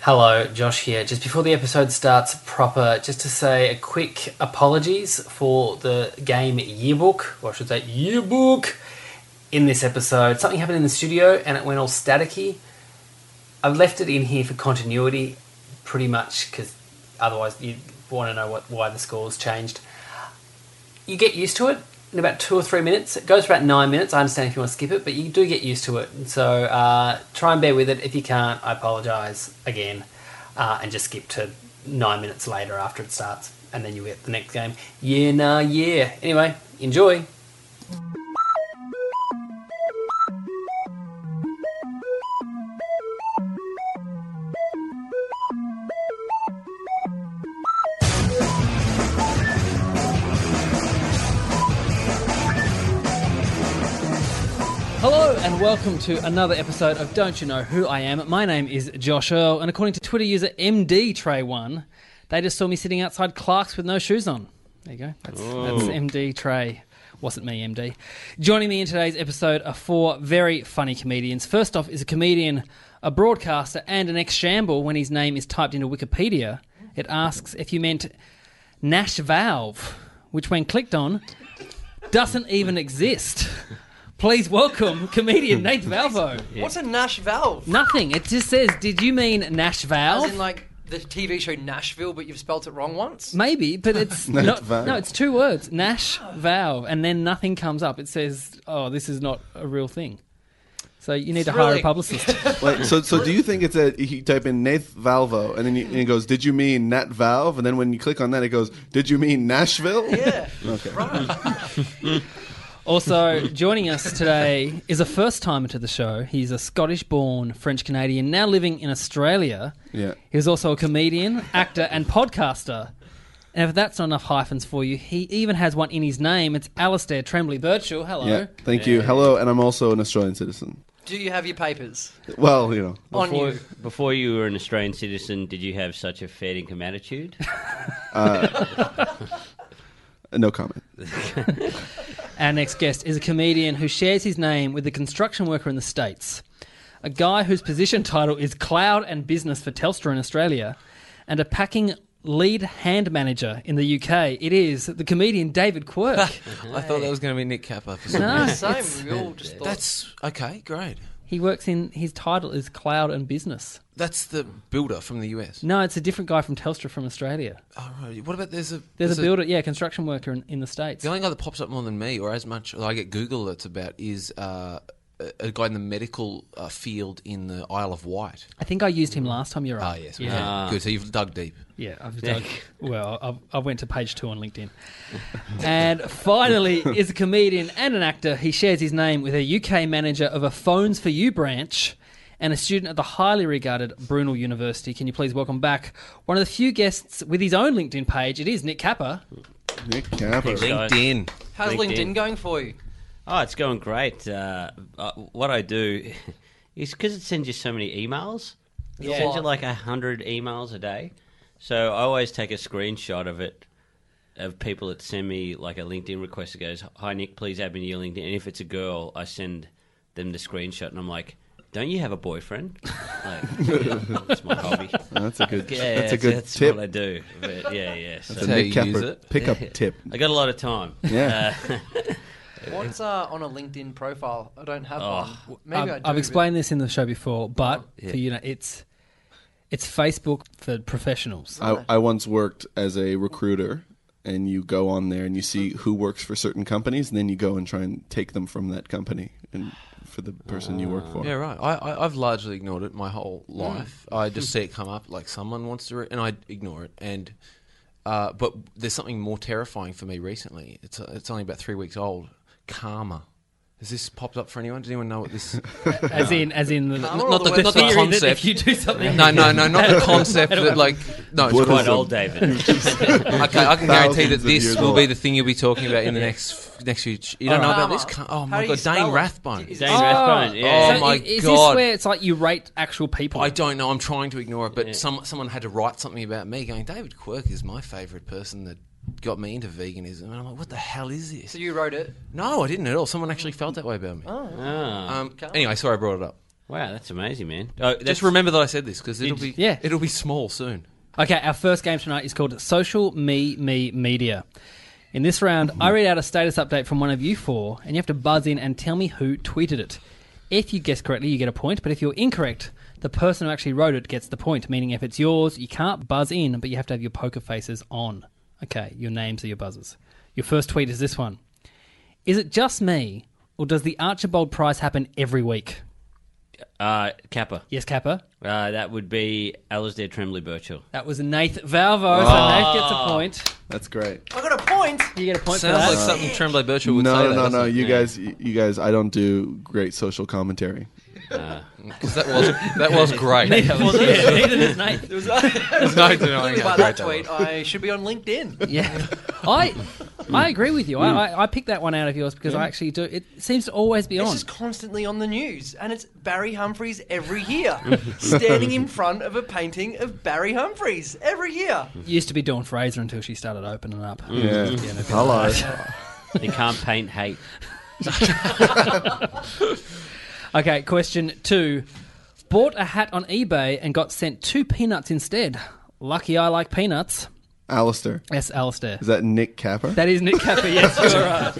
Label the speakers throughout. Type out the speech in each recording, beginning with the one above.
Speaker 1: Hello, Josh here. Just before the episode starts proper, just to say a quick apologies for the game yearbook, or I should say yearbook, in this episode. Something happened in the studio and it went all staticky. I've left it in here for continuity, pretty much, because otherwise you want to know what why the scores changed. You get used to it in about two or three minutes. It goes for about nine minutes. I understand if you want to skip it, but you do get used to it. So uh, try and bear with it. If you can't, I apologise again, uh, and just skip to nine minutes later after it starts, and then you get the next game. Yeah, nah, yeah. Anyway, enjoy.
Speaker 2: Hello and welcome to another episode of Don't You Know Who I Am. My name is Josh Earl, and according to Twitter user MD Tray One, they just saw me sitting outside Clark's with no shoes on. There you go. That's, that's MD Tray. Wasn't me, MD. Joining me in today's episode are four very funny comedians. First off is a comedian, a broadcaster, and an ex-shamble. When his name is typed into Wikipedia, it asks if you meant Nash Valve, which, when clicked on, doesn't even exist. Please welcome comedian Nate Valvo.
Speaker 3: What's a Nash Valve?
Speaker 2: Nothing. It just says, did you mean Nash
Speaker 3: As
Speaker 2: Valve?
Speaker 3: in like the TV show Nashville, but you've spelt it wrong once.
Speaker 2: Maybe, but it's
Speaker 4: Nate
Speaker 2: not,
Speaker 4: Valve.
Speaker 2: no, it's two words, Nash Valve, and then nothing comes up. It says, oh, this is not a real thing. So you need to hire a
Speaker 3: Thrilling.
Speaker 2: publicist.
Speaker 4: Wait, so so do you think it's a you type in Nate Valvo and then you, and it goes, did you mean Nat Valve? And then when you click on that, it goes, did you mean Nashville?
Speaker 3: Yeah.
Speaker 4: Okay.
Speaker 2: also, joining us today is a first timer to the show. He's a Scottish born French Canadian now living in Australia.
Speaker 4: Yeah.
Speaker 2: He was also a comedian, actor, and podcaster. And if that's not enough hyphens for you, he even has one in his name. It's Alistair Tremblay Birchall. Hello.
Speaker 4: Yeah. Thank you. Hello, and I'm also an Australian citizen.
Speaker 3: Do you have your papers
Speaker 4: Well, you know,
Speaker 3: on
Speaker 5: Before,
Speaker 3: you?
Speaker 5: before you were an Australian citizen, did you have such a fair income attitude?
Speaker 4: no comment.
Speaker 2: Our next guest is a comedian who shares his name with a construction worker in the States, a guy whose position title is Cloud and Business for Telstra in Australia, and a packing lead hand manager in the UK. It is the comedian David Quirk.
Speaker 6: I thought that was going to be Nick Kappa. For some
Speaker 2: No,
Speaker 6: reason.
Speaker 3: Same. We all just thought.
Speaker 6: That's okay, great.
Speaker 2: he works in, his title is Cloud and Business.
Speaker 6: That's the builder from the US.
Speaker 2: No, it's a different guy from Telstra from Australia.
Speaker 6: Oh, right. What about there's a
Speaker 2: There's, a builder, yeah, construction worker in, in the States.
Speaker 6: The only guy that pops up more than me, or as much I get Google alerts about, is uh, a- a guy in the medical uh, field in the Isle of Wight.
Speaker 2: I think I used him last time you were
Speaker 6: Ah,
Speaker 2: up.
Speaker 6: yes, we
Speaker 2: Yeah.
Speaker 6: did. good. So you've dug deep.
Speaker 2: Yeah, I've dug, well, I've, I went to page two on LinkedIn. And finally, is a comedian and an actor. He shares his name with a UK manager of a Phones for You branch and a student at the highly regarded Brunel University. Can you please welcome back one of the few guests with his own LinkedIn page? It is Nick Kappa.
Speaker 4: Nick Kappa.
Speaker 5: Guys.
Speaker 6: LinkedIn.
Speaker 3: How's LinkedIn.
Speaker 5: LinkedIn.
Speaker 3: going for you?
Speaker 5: Oh, it's going great. Uh, uh, what I do is because it sends you so many emails. It
Speaker 3: Yeah.
Speaker 5: sends you like a hundred emails a day. So I always take a screenshot of it of people that send me like a LinkedIn request that goes, "Hi Nick, please add me to your LinkedIn." And if it's a girl, I send them the screenshot, and I'm like, "Don't you have a boyfriend?" Like, it's my hobby.
Speaker 4: That's a good.
Speaker 5: Yeah,
Speaker 4: that's a good
Speaker 5: that's
Speaker 4: tip.
Speaker 5: what I do. But yeah, yeah.
Speaker 4: It's
Speaker 5: So.
Speaker 4: a
Speaker 6: That's how
Speaker 4: Nick
Speaker 6: you use
Speaker 4: Kappa
Speaker 6: it.
Speaker 4: pickup tip.
Speaker 5: I got a lot of time.
Speaker 4: Yeah.
Speaker 5: Uh,
Speaker 3: What's uh, on a LinkedIn profile? I don't
Speaker 6: Oh,
Speaker 3: have one. Maybe I do.
Speaker 2: I've, I've
Speaker 3: but-
Speaker 2: explained this in the show before, but for you know, it's it's Facebook for professionals.
Speaker 4: I, I once worked as a recruiter, and you go on there and you see who works for certain companies, and then you go and try and take them from that company and for the person you work for.
Speaker 6: Yeah, right. I, I, I've largely ignored it my whole life. I just see it come up like someone wants to, re- and I ignore it. And uh, but uh, there's something more terrifying for me recently. It's it's only about three weeks old. Karma. Has this popped up for anyone? Does anyone know what this?
Speaker 2: As in, as in the,
Speaker 3: Karma
Speaker 2: not,
Speaker 3: or
Speaker 6: not
Speaker 3: the
Speaker 6: the- not the
Speaker 3: website?
Speaker 2: theory that
Speaker 6: concept.
Speaker 2: if you do something,
Speaker 6: no, no, no, not the concept that like no. It's
Speaker 4: Buddhism.
Speaker 6: quite
Speaker 5: Quite old, David.
Speaker 6: Okay, I can guarantee that
Speaker 4: Thousands of
Speaker 6: this
Speaker 4: years
Speaker 6: will
Speaker 4: old.
Speaker 6: be the thing you'll be talking about in the next next few. You don't know about
Speaker 3: Karma.
Speaker 6: this? Ca- Oh
Speaker 3: How
Speaker 6: my
Speaker 3: do
Speaker 6: god,
Speaker 3: you spell
Speaker 6: Dane
Speaker 3: it?
Speaker 6: Rathbone.
Speaker 3: Is
Speaker 5: Dane
Speaker 2: Oh.
Speaker 5: Rathbone.
Speaker 6: Oh,
Speaker 5: Yeah.
Speaker 2: So
Speaker 6: my
Speaker 2: i- is
Speaker 6: God.
Speaker 2: this where it's like you rate actual people?
Speaker 6: I don't know. I'm trying to ignore it, but some someone had to write something about me, going, "David Quirk is my favourite person that got me into veganism," and I'm like, "What the hell is this?"
Speaker 3: So you wrote it.
Speaker 6: no, I didn't at all. Someone actually felt that way about me.
Speaker 5: Ah.
Speaker 6: um, anyway, sorry I brought it up.
Speaker 5: wow, that's amazing, man. Oh, that's,
Speaker 6: Just remember that I said this because it'll be
Speaker 5: Did-
Speaker 2: yeah.
Speaker 6: it'll be small soon.
Speaker 2: Okay, our first game tonight is called Social Me Me Media. In this round, I read out a status update from one of you four, and you have to buzz in and tell me who tweeted it. If you guess correctly, you get a point, but if you're incorrect, the person who actually wrote it gets the point, meaning if it's yours, you can't buzz in, but you have to have your poker faces on. Okay, your names are your buzzers. Your first tweet is this one Is it just me, or does the Archibald Prize happen every week?
Speaker 5: uh, Kappa.
Speaker 2: Yes, Kappa.
Speaker 5: Uh, that would be Alasdair Tremblay Birchall.
Speaker 2: That was Nath Valvo, so Nath gets a point.
Speaker 4: That's great.
Speaker 3: I got a point.
Speaker 2: You get a point for
Speaker 6: Sounds
Speaker 2: that.
Speaker 6: like something Tremblay Birchall
Speaker 4: No,
Speaker 6: would say.
Speaker 4: no,
Speaker 6: that,
Speaker 4: no,
Speaker 6: doesn't
Speaker 4: no.
Speaker 6: it?
Speaker 4: You guys, you you guys. I don't do great social commentary.
Speaker 6: 'Cause that was that was great.
Speaker 2: Yeah, neither does Nate.
Speaker 3: uh,
Speaker 6: There's no denying
Speaker 3: Clearly
Speaker 6: how
Speaker 3: by
Speaker 6: great
Speaker 3: that
Speaker 6: that was.
Speaker 3: tweet, I should be on LinkedIn.
Speaker 2: Yeah, I I agree with you. I, I, I picked that one out of yours because I actually do. It seems to always be
Speaker 3: It's
Speaker 2: on.
Speaker 3: just constantly on the news, and it's Barry Humphries every year, standing in front of a painting of Barry Humphries every year.
Speaker 2: Used to be Dawn Fraser until she started opening up.
Speaker 4: Yeah. Hello.
Speaker 5: They can't paint hate.
Speaker 2: Okay, question two. Bought a hat on eBay and got sent two peanuts instead. Lucky I like peanuts.
Speaker 4: Alistair.
Speaker 2: S. Alistair.
Speaker 4: Is that Nick Capper?
Speaker 2: That is Nick Capper. Yes, you're right.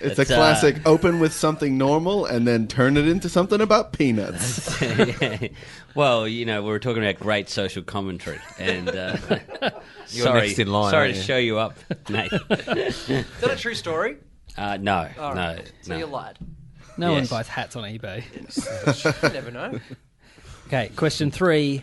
Speaker 4: it's a
Speaker 5: that's, uh,
Speaker 4: classic. open with something normal and then turn it into something about peanuts.
Speaker 5: Well, you know, we were talking about great social commentary, and uh,
Speaker 6: You're
Speaker 5: sorry,
Speaker 6: next in line,
Speaker 5: sorry
Speaker 6: aren't
Speaker 5: to
Speaker 6: you?
Speaker 5: show you up, Nate.
Speaker 3: Is that a true story?
Speaker 5: Uh, no,
Speaker 3: All
Speaker 5: no,
Speaker 3: right. so
Speaker 5: no.
Speaker 3: you lied.
Speaker 2: No
Speaker 5: Yes.
Speaker 2: one buys hats on eBay.
Speaker 3: You never know.
Speaker 2: Okay, question three.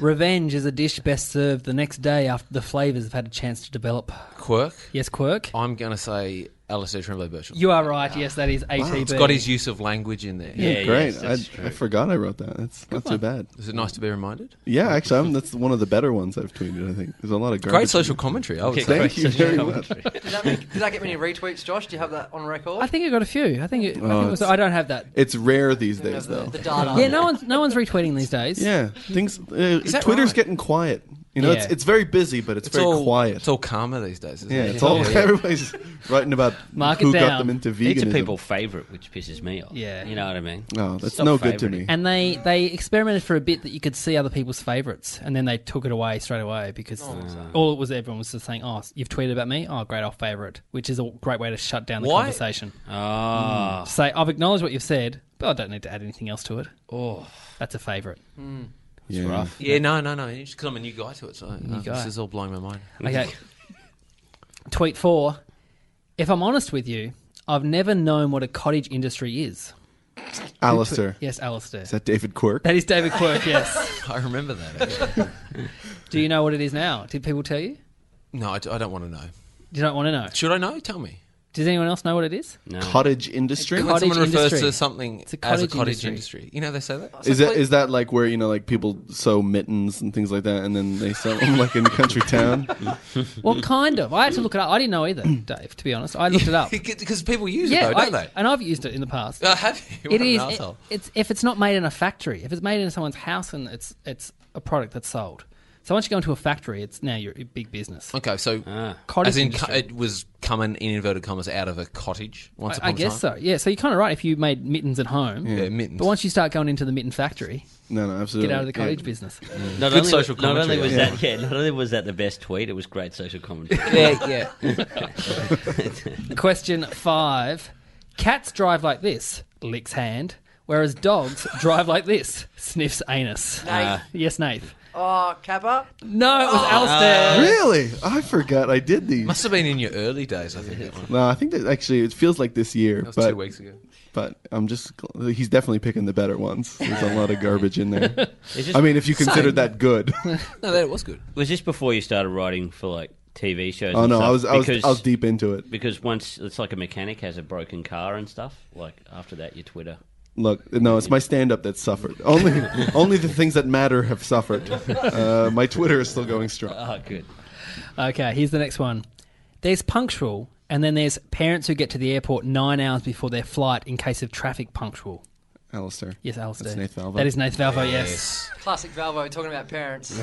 Speaker 2: Revenge is a dish best served the next day after the flavours have had a chance to develop.
Speaker 6: Quirk.
Speaker 2: Yes, Quirk?
Speaker 6: I'm going to say Alistair Tremblay Birchall.
Speaker 2: You are right. Yes, that is ATB.
Speaker 6: It's got his use of language in there.
Speaker 5: Yeah,
Speaker 4: Great.
Speaker 5: yes, that's
Speaker 4: I, I forgot I wrote that. That's not too bad.
Speaker 6: Is it nice to be reminded?
Speaker 4: Yeah, actually, I'm, that's one of the better ones I've tweeted. I think there's a lot of garbage.
Speaker 6: Great social commentary. I would
Speaker 5: Okay,
Speaker 6: say.
Speaker 5: great
Speaker 4: Thank you
Speaker 5: social
Speaker 4: very much.
Speaker 5: commentary.
Speaker 3: Did that, make, did that get many retweets, Josh? Do you have that on record?
Speaker 2: I think I got a few. I think, it, I,
Speaker 4: Oh,
Speaker 2: think it was,
Speaker 4: it's-
Speaker 2: I don't have that.
Speaker 4: It's rare these days,
Speaker 3: the,
Speaker 4: though.
Speaker 3: the data.
Speaker 2: Yeah, no one's no one's retweeting these days.
Speaker 4: Yeah, things. Uh,
Speaker 6: that
Speaker 4: Twitter's
Speaker 6: right?
Speaker 4: getting quiet. You know, it's
Speaker 2: Yeah.
Speaker 4: it's very busy, but it's,
Speaker 6: It's
Speaker 4: very
Speaker 6: all
Speaker 4: quiet.
Speaker 6: It's all calmer these days. Isn't
Speaker 4: yeah,
Speaker 6: it?
Speaker 4: it's all everybody's writing about
Speaker 2: Mark it
Speaker 4: who got
Speaker 2: down.
Speaker 4: them into veganism.
Speaker 5: It's a people favourite, which pisses me off.
Speaker 2: Yeah.
Speaker 5: you know what I mean.
Speaker 6: Oh,
Speaker 4: No, that's
Speaker 5: Stop
Speaker 4: no good to
Speaker 5: favoriting.
Speaker 4: me.
Speaker 2: And they, they experimented for a bit that you could see other people's favourites, and then they took it away straight away because all it was everyone was just saying, "Oh, you've tweeted about me. Oh, great, off favourite," which is a great way to shut down the
Speaker 6: Why-
Speaker 2: conversation.
Speaker 5: Ah,
Speaker 2: Say, "I've acknowledged what you've said, but I don't need to add anything else to it." Oh, that's a favourite.
Speaker 4: yeah.
Speaker 5: rough.
Speaker 6: Yeah, no, no, no. It's because I'm a new guy to it, so uh, this
Speaker 2: guy.
Speaker 6: is all blowing my mind.
Speaker 2: Okay. Tweet four. If I'm honest with you, I've never known what a cottage industry is.
Speaker 4: Alistair.
Speaker 2: Yes, Alistair.
Speaker 4: Is that David Quirk?
Speaker 2: That is David Quirk, yes.
Speaker 6: I remember that. actually.
Speaker 2: Do you know what it is now? Did people tell you?
Speaker 6: no, I, d- I don't want to know.
Speaker 2: You don't want to know.
Speaker 6: Should I know? Tell me.
Speaker 2: Does anyone else know what it is?
Speaker 4: Cottage industry.
Speaker 6: When someone
Speaker 2: Cottage
Speaker 6: refers
Speaker 2: industry.
Speaker 6: to something
Speaker 2: It's a
Speaker 6: as a
Speaker 2: cottage
Speaker 6: cottage industry.
Speaker 2: industry.
Speaker 6: you know they say that.
Speaker 4: Is that is that like where you know like people sew mittens and things like that, and then they sell them like in country town?
Speaker 2: Well, kind of. I had to look it up. I didn't know either, Dave, to be honest. I looked it up.
Speaker 6: Because people use
Speaker 2: yeah,
Speaker 6: it though,
Speaker 2: I,
Speaker 6: don't
Speaker 2: and I've used it in the past.
Speaker 6: they? Uh, have
Speaker 2: it
Speaker 6: you? What an
Speaker 2: is. it-
Speaker 6: arsehole.
Speaker 2: it's if it's not made in a factory, if it's made in someone's house and it's it's a product that's sold. So once you go into a factory, it's now your big business.
Speaker 6: okay, so
Speaker 2: Ah. Cottage
Speaker 6: as in
Speaker 2: industry.
Speaker 6: co- it was coming in inverted commas out of a cottage once upon
Speaker 2: I, I guess
Speaker 6: a time.
Speaker 2: so. Yeah. So you're kind of right. If you made mittens at home,
Speaker 6: Yeah, mittens.
Speaker 2: but once you start going into the mitten factory,
Speaker 4: No, no, absolutely.
Speaker 2: get out of the
Speaker 4: Yeah.
Speaker 2: cottage business.
Speaker 5: Not
Speaker 6: Mm. Good
Speaker 5: only,
Speaker 6: social
Speaker 5: Not only
Speaker 6: commentary,
Speaker 5: was
Speaker 6: yeah.
Speaker 5: that, yeah, not only was that the best tweet, it was great social commentary.
Speaker 6: yeah, yeah.
Speaker 2: Question five. Cats drive like this, licks hand, whereas dogs drive like this, sniffs anus.
Speaker 3: Nate.
Speaker 6: Ah.
Speaker 2: Yes, Nath.
Speaker 3: Oh, Kappa.
Speaker 2: No, it was
Speaker 6: Oh. Ah.
Speaker 2: Alistair.
Speaker 4: Really? I forgot I did these.
Speaker 6: Must have been in your early days, I think. That one.
Speaker 4: No, I think that actually it feels like this year,
Speaker 6: That was
Speaker 4: but
Speaker 6: two weeks ago.
Speaker 4: but I'm just he's definitely picking the better ones. There's a lot of garbage in there.
Speaker 5: It's just-
Speaker 4: I mean, if you considered that good,
Speaker 6: No, that was good.
Speaker 5: was this before you started writing for like TV shows.
Speaker 4: Oh
Speaker 5: and
Speaker 4: no,
Speaker 5: stuff
Speaker 4: I was I was,
Speaker 5: because,
Speaker 4: I was deep into it.
Speaker 5: because once it's like a mechanic has a broken car and stuff. Like after that, you Twitter.
Speaker 4: Look, no, it's my stand-up that suffered. Only only the things that matter have suffered. Uh, my Twitter is still going strong.
Speaker 5: Oh, good.
Speaker 2: Okay, here's the next one. There's punctual, and then there's parents who get to the airport nine hours before their flight in case of traffic punctual.
Speaker 4: Alistair.
Speaker 2: Yes, Alistair.
Speaker 4: That's Nath Valvo.
Speaker 2: That is Nath Valvo, yes.
Speaker 3: Classic Valvo talking about parents.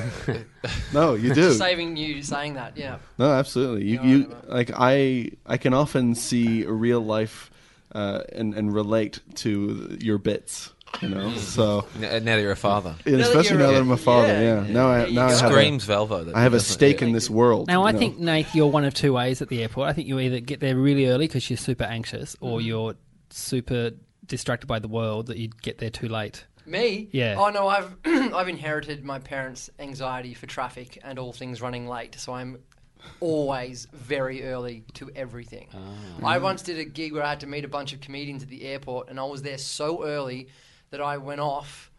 Speaker 4: No, you do.
Speaker 3: Saving you saying that, yeah.
Speaker 4: No, absolutely. You, you like I I can often see real life uh, and and relate to your bits. You know, so
Speaker 6: N- now that you're a father.
Speaker 4: and
Speaker 3: that
Speaker 4: especially
Speaker 3: you're
Speaker 4: now
Speaker 3: a-
Speaker 4: that I'm a father.
Speaker 3: yeah,
Speaker 4: Yeah. Now I now I have a,
Speaker 6: Screams Valvo. that
Speaker 4: I have a
Speaker 6: doesn't it?
Speaker 4: stake in this world.
Speaker 2: Now,
Speaker 4: you
Speaker 2: I
Speaker 4: know.
Speaker 2: think, Nath, you're one of two ways at the airport. I think you either get there really early because you're super anxious, or
Speaker 6: Mm.
Speaker 2: you're super distracted by the world that you get there too late.
Speaker 3: Me?
Speaker 2: Yeah.
Speaker 3: Oh no, I've I've inherited my parents' anxiety for traffic and all things running late, so I'm always very early to everything. I
Speaker 6: Mm-hmm.
Speaker 3: once did a gig where I had to meet a bunch of comedians at the airport, and I was there so early that I went off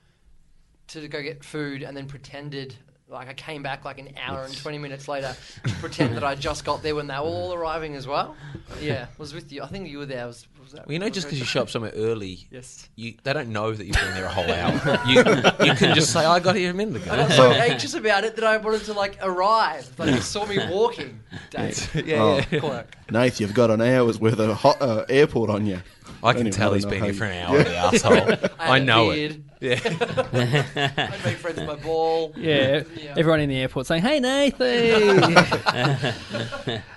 Speaker 3: to go get food and then pretended. Like I came back like an hour and twenty minutes later to pretend that I just got there when they were all arriving as well. Yeah, was with you. I think you were there. Was, was that?
Speaker 6: Well, you know, just because you show up somewhere early,
Speaker 3: Yes.
Speaker 6: you, they don't know that you've been there a whole hour. you, you can just say, I got here a minute ago.
Speaker 3: I got so anxious about it that I wanted to like arrive. Like you saw me walking. Dave. Yeah, yeah. Quirk.
Speaker 4: Nath, you've got an hour's worth of hot, uh, airport on you.
Speaker 6: I can
Speaker 4: Anyway,
Speaker 6: tell
Speaker 4: I
Speaker 6: he's
Speaker 4: don't
Speaker 6: been
Speaker 4: know
Speaker 6: here for
Speaker 4: how
Speaker 6: an hour, the asshole. I
Speaker 3: had a
Speaker 6: know it.
Speaker 3: beard. Yeah. I made friends with my ball.
Speaker 2: Yeah, everyone in the airport saying, "Hey, Nathan."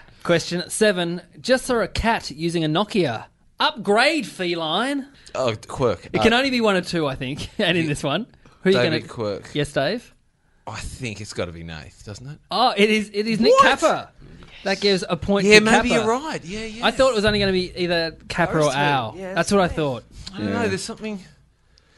Speaker 2: Question seven: Just saw a cat using a Nokia. Upgrade feline.
Speaker 6: Oh, Quirk.
Speaker 2: It
Speaker 6: uh,
Speaker 2: can only be one of two, I think. And in this one, who are you going
Speaker 6: David
Speaker 2: to?
Speaker 6: Quirk.
Speaker 2: Yes, Dave.
Speaker 6: I think it's got to be Nath, doesn't it?
Speaker 2: Oh, it is. It is Nick
Speaker 6: What?
Speaker 2: Kappa. That gives a point.
Speaker 6: Yeah,
Speaker 2: to
Speaker 6: maybe
Speaker 2: Kappa.
Speaker 6: you're right. Yeah, yeah.
Speaker 2: I thought it was only going to be either Kappa or
Speaker 3: Forest Hill.
Speaker 2: Owl.
Speaker 3: Yeah,
Speaker 2: that's what I thought.
Speaker 6: I don't know. There's something.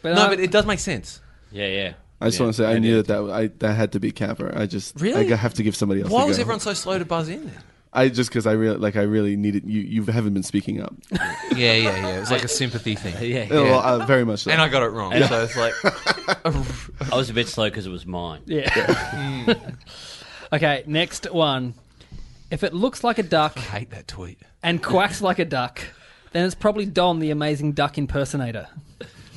Speaker 2: But um,
Speaker 6: No,
Speaker 2: I-
Speaker 6: but it does make sense.
Speaker 5: Yeah, yeah.
Speaker 4: I just want to say I knew that that, I, that had to be Capper. I just
Speaker 6: Really?
Speaker 4: I g- have to give somebody else.
Speaker 6: Why
Speaker 4: a
Speaker 6: was
Speaker 4: go.
Speaker 6: everyone so slow to buzz in then?
Speaker 4: I just because I really like I really needed you. You haven't been speaking up.
Speaker 6: Yeah, yeah, yeah. It was like a sympathy thing.
Speaker 5: Yeah,
Speaker 4: Well, uh, very much. So.
Speaker 6: And I got it wrong. So it's like, oh.
Speaker 5: I was a bit slow because it was mine.
Speaker 2: yeah. okay, next one. If it looks like a duck,
Speaker 6: I hate that tweet.
Speaker 2: and quacks like a duck, then it's probably Dom, the amazing duck impersonator.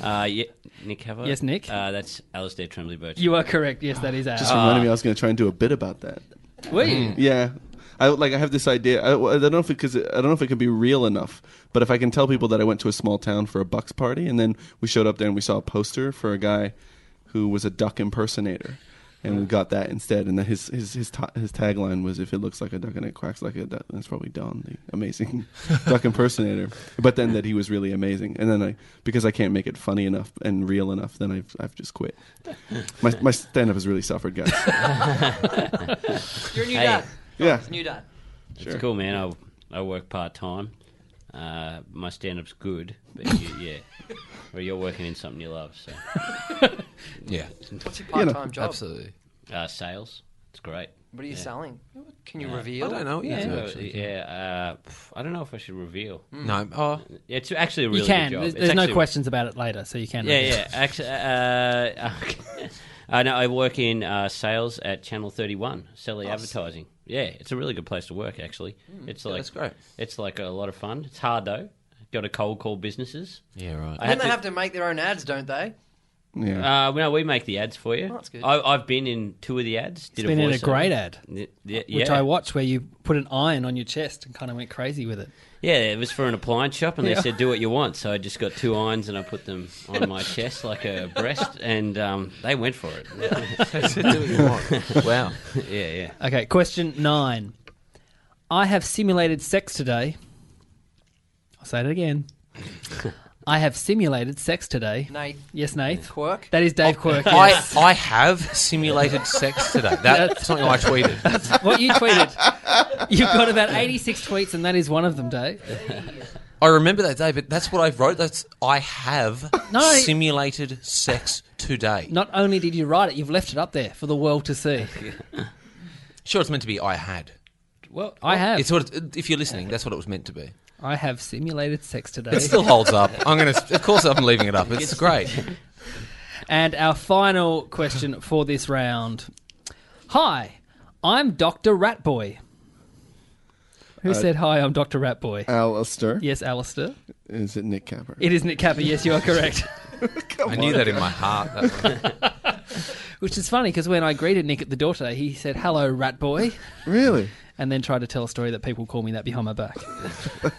Speaker 5: Uh, yeah, Nick, have I?
Speaker 2: Yes, Nick.
Speaker 5: Uh, that's Alistair Tremblay Birch.
Speaker 2: You are correct. Yes, that is our.
Speaker 4: just
Speaker 6: uh,
Speaker 4: reminded me I was going to try and do a bit about that.
Speaker 2: Were you?
Speaker 4: Yeah. I like I have this idea. I, I don't know if it, cause it- I don't know if it can be real enough, but if I can tell people that I went to a small town for a bucks party and then we showed up there and we saw a poster for a guy who was a duck impersonator. And we got that instead, and then his his his, ta- his tagline was, "If it looks like a duck and it quacks like a duck, that's probably Don, the amazing duck impersonator." But then that he was really amazing, and then I because I can't make it funny enough and real enough, then I've I've just quit. My my stand up has really suffered, guys.
Speaker 3: You're a new
Speaker 5: Hey.
Speaker 3: dad.
Speaker 4: Yeah,
Speaker 3: It's a new dad.
Speaker 5: It's cool, man. I, I work part time. Uh, my stand up's good, but you, yeah. Well, you're working in something you love, so.
Speaker 6: Yeah,
Speaker 3: What's your part-time job?
Speaker 6: absolutely.
Speaker 5: Uh, sales, it's great.
Speaker 3: What are you selling? Can you reveal?
Speaker 6: I don't know. Yeah.
Speaker 5: Uh, yeah, uh, pff, I don't know if I should reveal.
Speaker 6: No. Oh,
Speaker 5: It's actually a really
Speaker 2: you can.
Speaker 5: good job.
Speaker 2: There's,
Speaker 5: It's
Speaker 2: there's no
Speaker 5: actually-
Speaker 2: questions about it later, so you can.
Speaker 5: Yeah, yeah. Actually, uh, I know I work in uh, sales at Channel Thirty One, selling advertising. Yeah, it's a really good place to work. Actually,
Speaker 3: Hmm.
Speaker 5: it's like
Speaker 6: that's great.
Speaker 5: It's like a lot of fun. It's hard though. Got to cold call businesses.
Speaker 6: yeah, right.
Speaker 5: I
Speaker 3: And they have to make their own ads, don't they?
Speaker 4: yeah.
Speaker 5: Uh, well, we make the ads for you.
Speaker 3: Oh, that's good.
Speaker 5: I, I've been in two of the ads. Did
Speaker 2: It's been in a
Speaker 5: voiceover.
Speaker 2: great ad,
Speaker 5: N- Yeah,
Speaker 2: which
Speaker 5: yeah.
Speaker 2: I watched, where you put an iron on your chest and kind of went crazy with it.
Speaker 5: Yeah, it was for an appliance shop, and they
Speaker 2: Yeah.
Speaker 5: said do what you want. So I just got two irons and I put them on my chest like a breast, and um, they went for it.
Speaker 6: wow.
Speaker 5: yeah, yeah.
Speaker 2: Okay, question nine. I have simulated sex today. I'll say it again. I have simulated sex today.
Speaker 3: Nate
Speaker 2: Yes, Nath.
Speaker 3: Quirk.
Speaker 2: That is Dave Quirk.
Speaker 6: I,
Speaker 2: yes.
Speaker 6: I have simulated sex today. That's something I tweeted.
Speaker 2: what you tweeted. You've got about 86 tweets, and that is one of them, Dave.
Speaker 6: I remember that day, but that's what I wrote. That's I have
Speaker 2: No.
Speaker 6: simulated sex today.
Speaker 2: Not only did you write it, you've left it up there for the world to see.
Speaker 6: Sure, it's meant to be I had.
Speaker 5: Well,
Speaker 2: I have.
Speaker 6: It's what it, if you're listening, that's what it was meant to be.
Speaker 2: I have simulated sex today.
Speaker 6: It still holds up. I'm gonna. Of course, I'm leaving it up. It's great.
Speaker 2: and our final question for this round. Hi, I'm Dr. Ratboy.
Speaker 5: Uh,
Speaker 2: Who said hi? I'm Doctor Rat Boy.
Speaker 4: Alistair.
Speaker 2: yes, Alistair.
Speaker 4: Is it Nick Capper?
Speaker 2: It is Nick Capper. Yes, you are correct.
Speaker 6: I knew that in my heart. That one.
Speaker 2: Which is funny because when I greeted Nick at the door today, he said, "Hello, Rat Boy,"
Speaker 4: really?
Speaker 2: and then tried to tell a story that people call me that behind my back.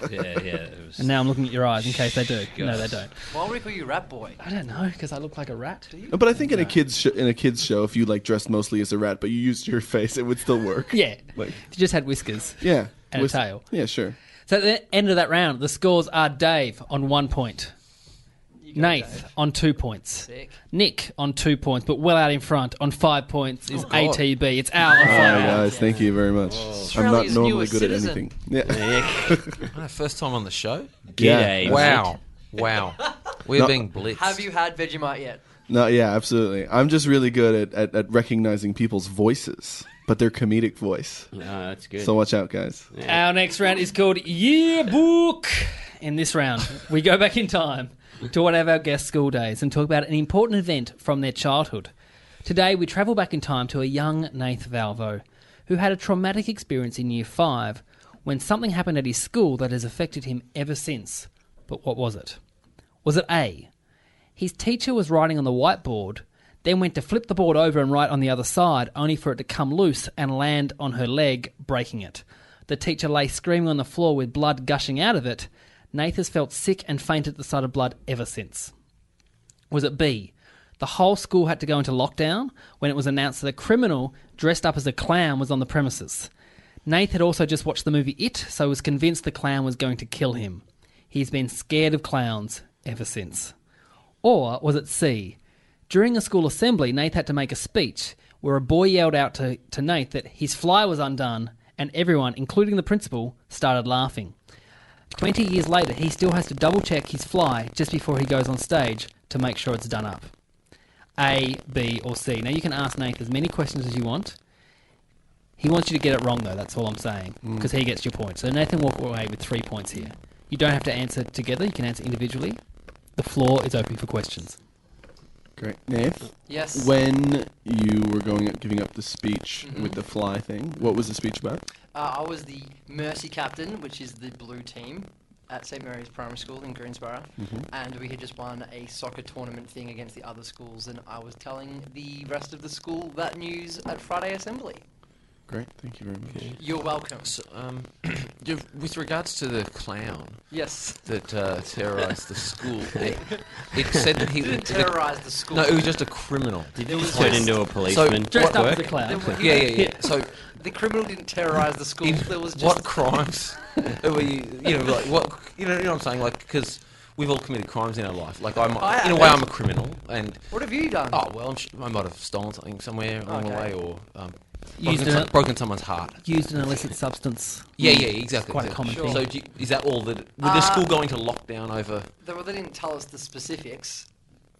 Speaker 5: Yeah, yeah. It was,
Speaker 2: And now I'm looking at your eyes in case they do. No, they don't.
Speaker 3: Why would we call you Rat Boy?
Speaker 2: I don't know because I look like a rat.
Speaker 4: No, But I think in a kids sh- in a kids show, if you like dressed mostly as a rat, but you used your face, it would still work.
Speaker 2: Yeah,
Speaker 4: Like-
Speaker 2: if you just had whiskers.
Speaker 4: Yeah.
Speaker 2: And a tail.
Speaker 4: Yeah, sure.
Speaker 2: So at the end of that round, the scores are Dave on one point, Nath on two points,
Speaker 3: Sick.
Speaker 2: Nick on two points, but well out in front on five points is
Speaker 6: God.
Speaker 2: ATB. It's out on
Speaker 4: All right,
Speaker 2: five.
Speaker 4: guys, thank you very much. I'm not
Speaker 3: Australia's
Speaker 4: normally
Speaker 3: newest
Speaker 4: good at
Speaker 3: citizen.
Speaker 4: anything. Yeah.
Speaker 6: My first time on the show.
Speaker 5: G'day, mate.
Speaker 6: Wow, wow. We're
Speaker 4: No.
Speaker 6: being blitzed.
Speaker 3: Have you had Vegemite yet?
Speaker 4: No, yeah, absolutely. I'm just really good at, at, at recognizing people's voices, but their comedic voice.
Speaker 5: No, Uh, that's good.
Speaker 4: So watch out, guys.
Speaker 2: Our next round is called Yearbook. In this round, we go back in time to one of our guest school days and talk about an important event from their childhood. Today, we travel back in time to a young Nath Valvo who had a traumatic experience in year five when something happened at his school that has affected him ever since. But what was it? Was it A? His teacher was writing on the whiteboard, then went to flip the board over and write on the other side, only for it to come loose and land on her leg, breaking it. The teacher lay screaming on the floor with blood gushing out of it. Nath has felt sick and fainted at the sight of blood ever since. Was it B? The whole school had to go into lockdown when it was announced that a criminal dressed up as a clown was on the premises. Nath had also just watched the movie It, so was convinced the clown was going to kill him. He's been scared of clowns ever since. Or was it C? During a school assembly, Nath had to make a speech where a boy yelled out to, to Nath that his fly was undone, and everyone, including the principal, started laughing. 20 years later, he still has to double check his fly just before he goes on stage to make sure it's done up. A, B, or C. Now, you can ask Nath as many questions as you want. He wants you to get it wrong, though, that's all I'm saying,
Speaker 6: Mm.
Speaker 2: because he gets your point. So, Nathan walk away with three points here. You don't have to answer together, you can answer individually. The floor is open for questions.
Speaker 4: Great. Nath,
Speaker 3: Yes.
Speaker 4: when you were going up, giving up the speech
Speaker 2: Mm-hmm.
Speaker 4: with the fly thing, what was the speech about?
Speaker 3: Uh, I was the Mercy captain, which is the blue team at St Mary's Primary School in Greensboro,
Speaker 6: Mm-hmm.
Speaker 3: and we had just won a soccer tournament thing against the other schools, and I was telling the rest of the school that news at Friday Assembly.
Speaker 4: Great. Thank you very much.
Speaker 3: You're welcome.
Speaker 6: So, um, you- with regards to the clown
Speaker 3: Yes.
Speaker 6: that uh, terrorised the school, it, it said that he was
Speaker 3: Didn't terrorise the school.
Speaker 6: No, he was just a criminal.
Speaker 5: Did you just turn into a policeman?
Speaker 2: Dressed up as a
Speaker 6: What work?
Speaker 3: There
Speaker 2: clown.
Speaker 3: were-
Speaker 6: Yeah, yeah, yeah. So,
Speaker 3: The criminal didn't terrorise the school.
Speaker 6: in
Speaker 3: there was just
Speaker 6: what crimes are we? You know, like what? You know, you know what I'm saying? Like because we've all committed crimes in our life. Like I'm,
Speaker 3: I-
Speaker 6: in a way, I'm a criminal, and
Speaker 3: What have you done?
Speaker 6: oh well, I'm, sh- I might have stolen something somewhere along the
Speaker 3: Okay.
Speaker 6: way, or um,
Speaker 2: Used
Speaker 6: broken, some-
Speaker 2: it.
Speaker 6: broken someone's heart.
Speaker 2: Used an illicit substance.
Speaker 6: Yeah, yeah, exactly.
Speaker 2: quite a
Speaker 6: exactly.
Speaker 2: common
Speaker 6: So,
Speaker 2: thing.
Speaker 6: do you, is that all that? With
Speaker 3: Uh,
Speaker 6: the school going to lockdown over?
Speaker 3: They, well, they didn't tell us the specifics.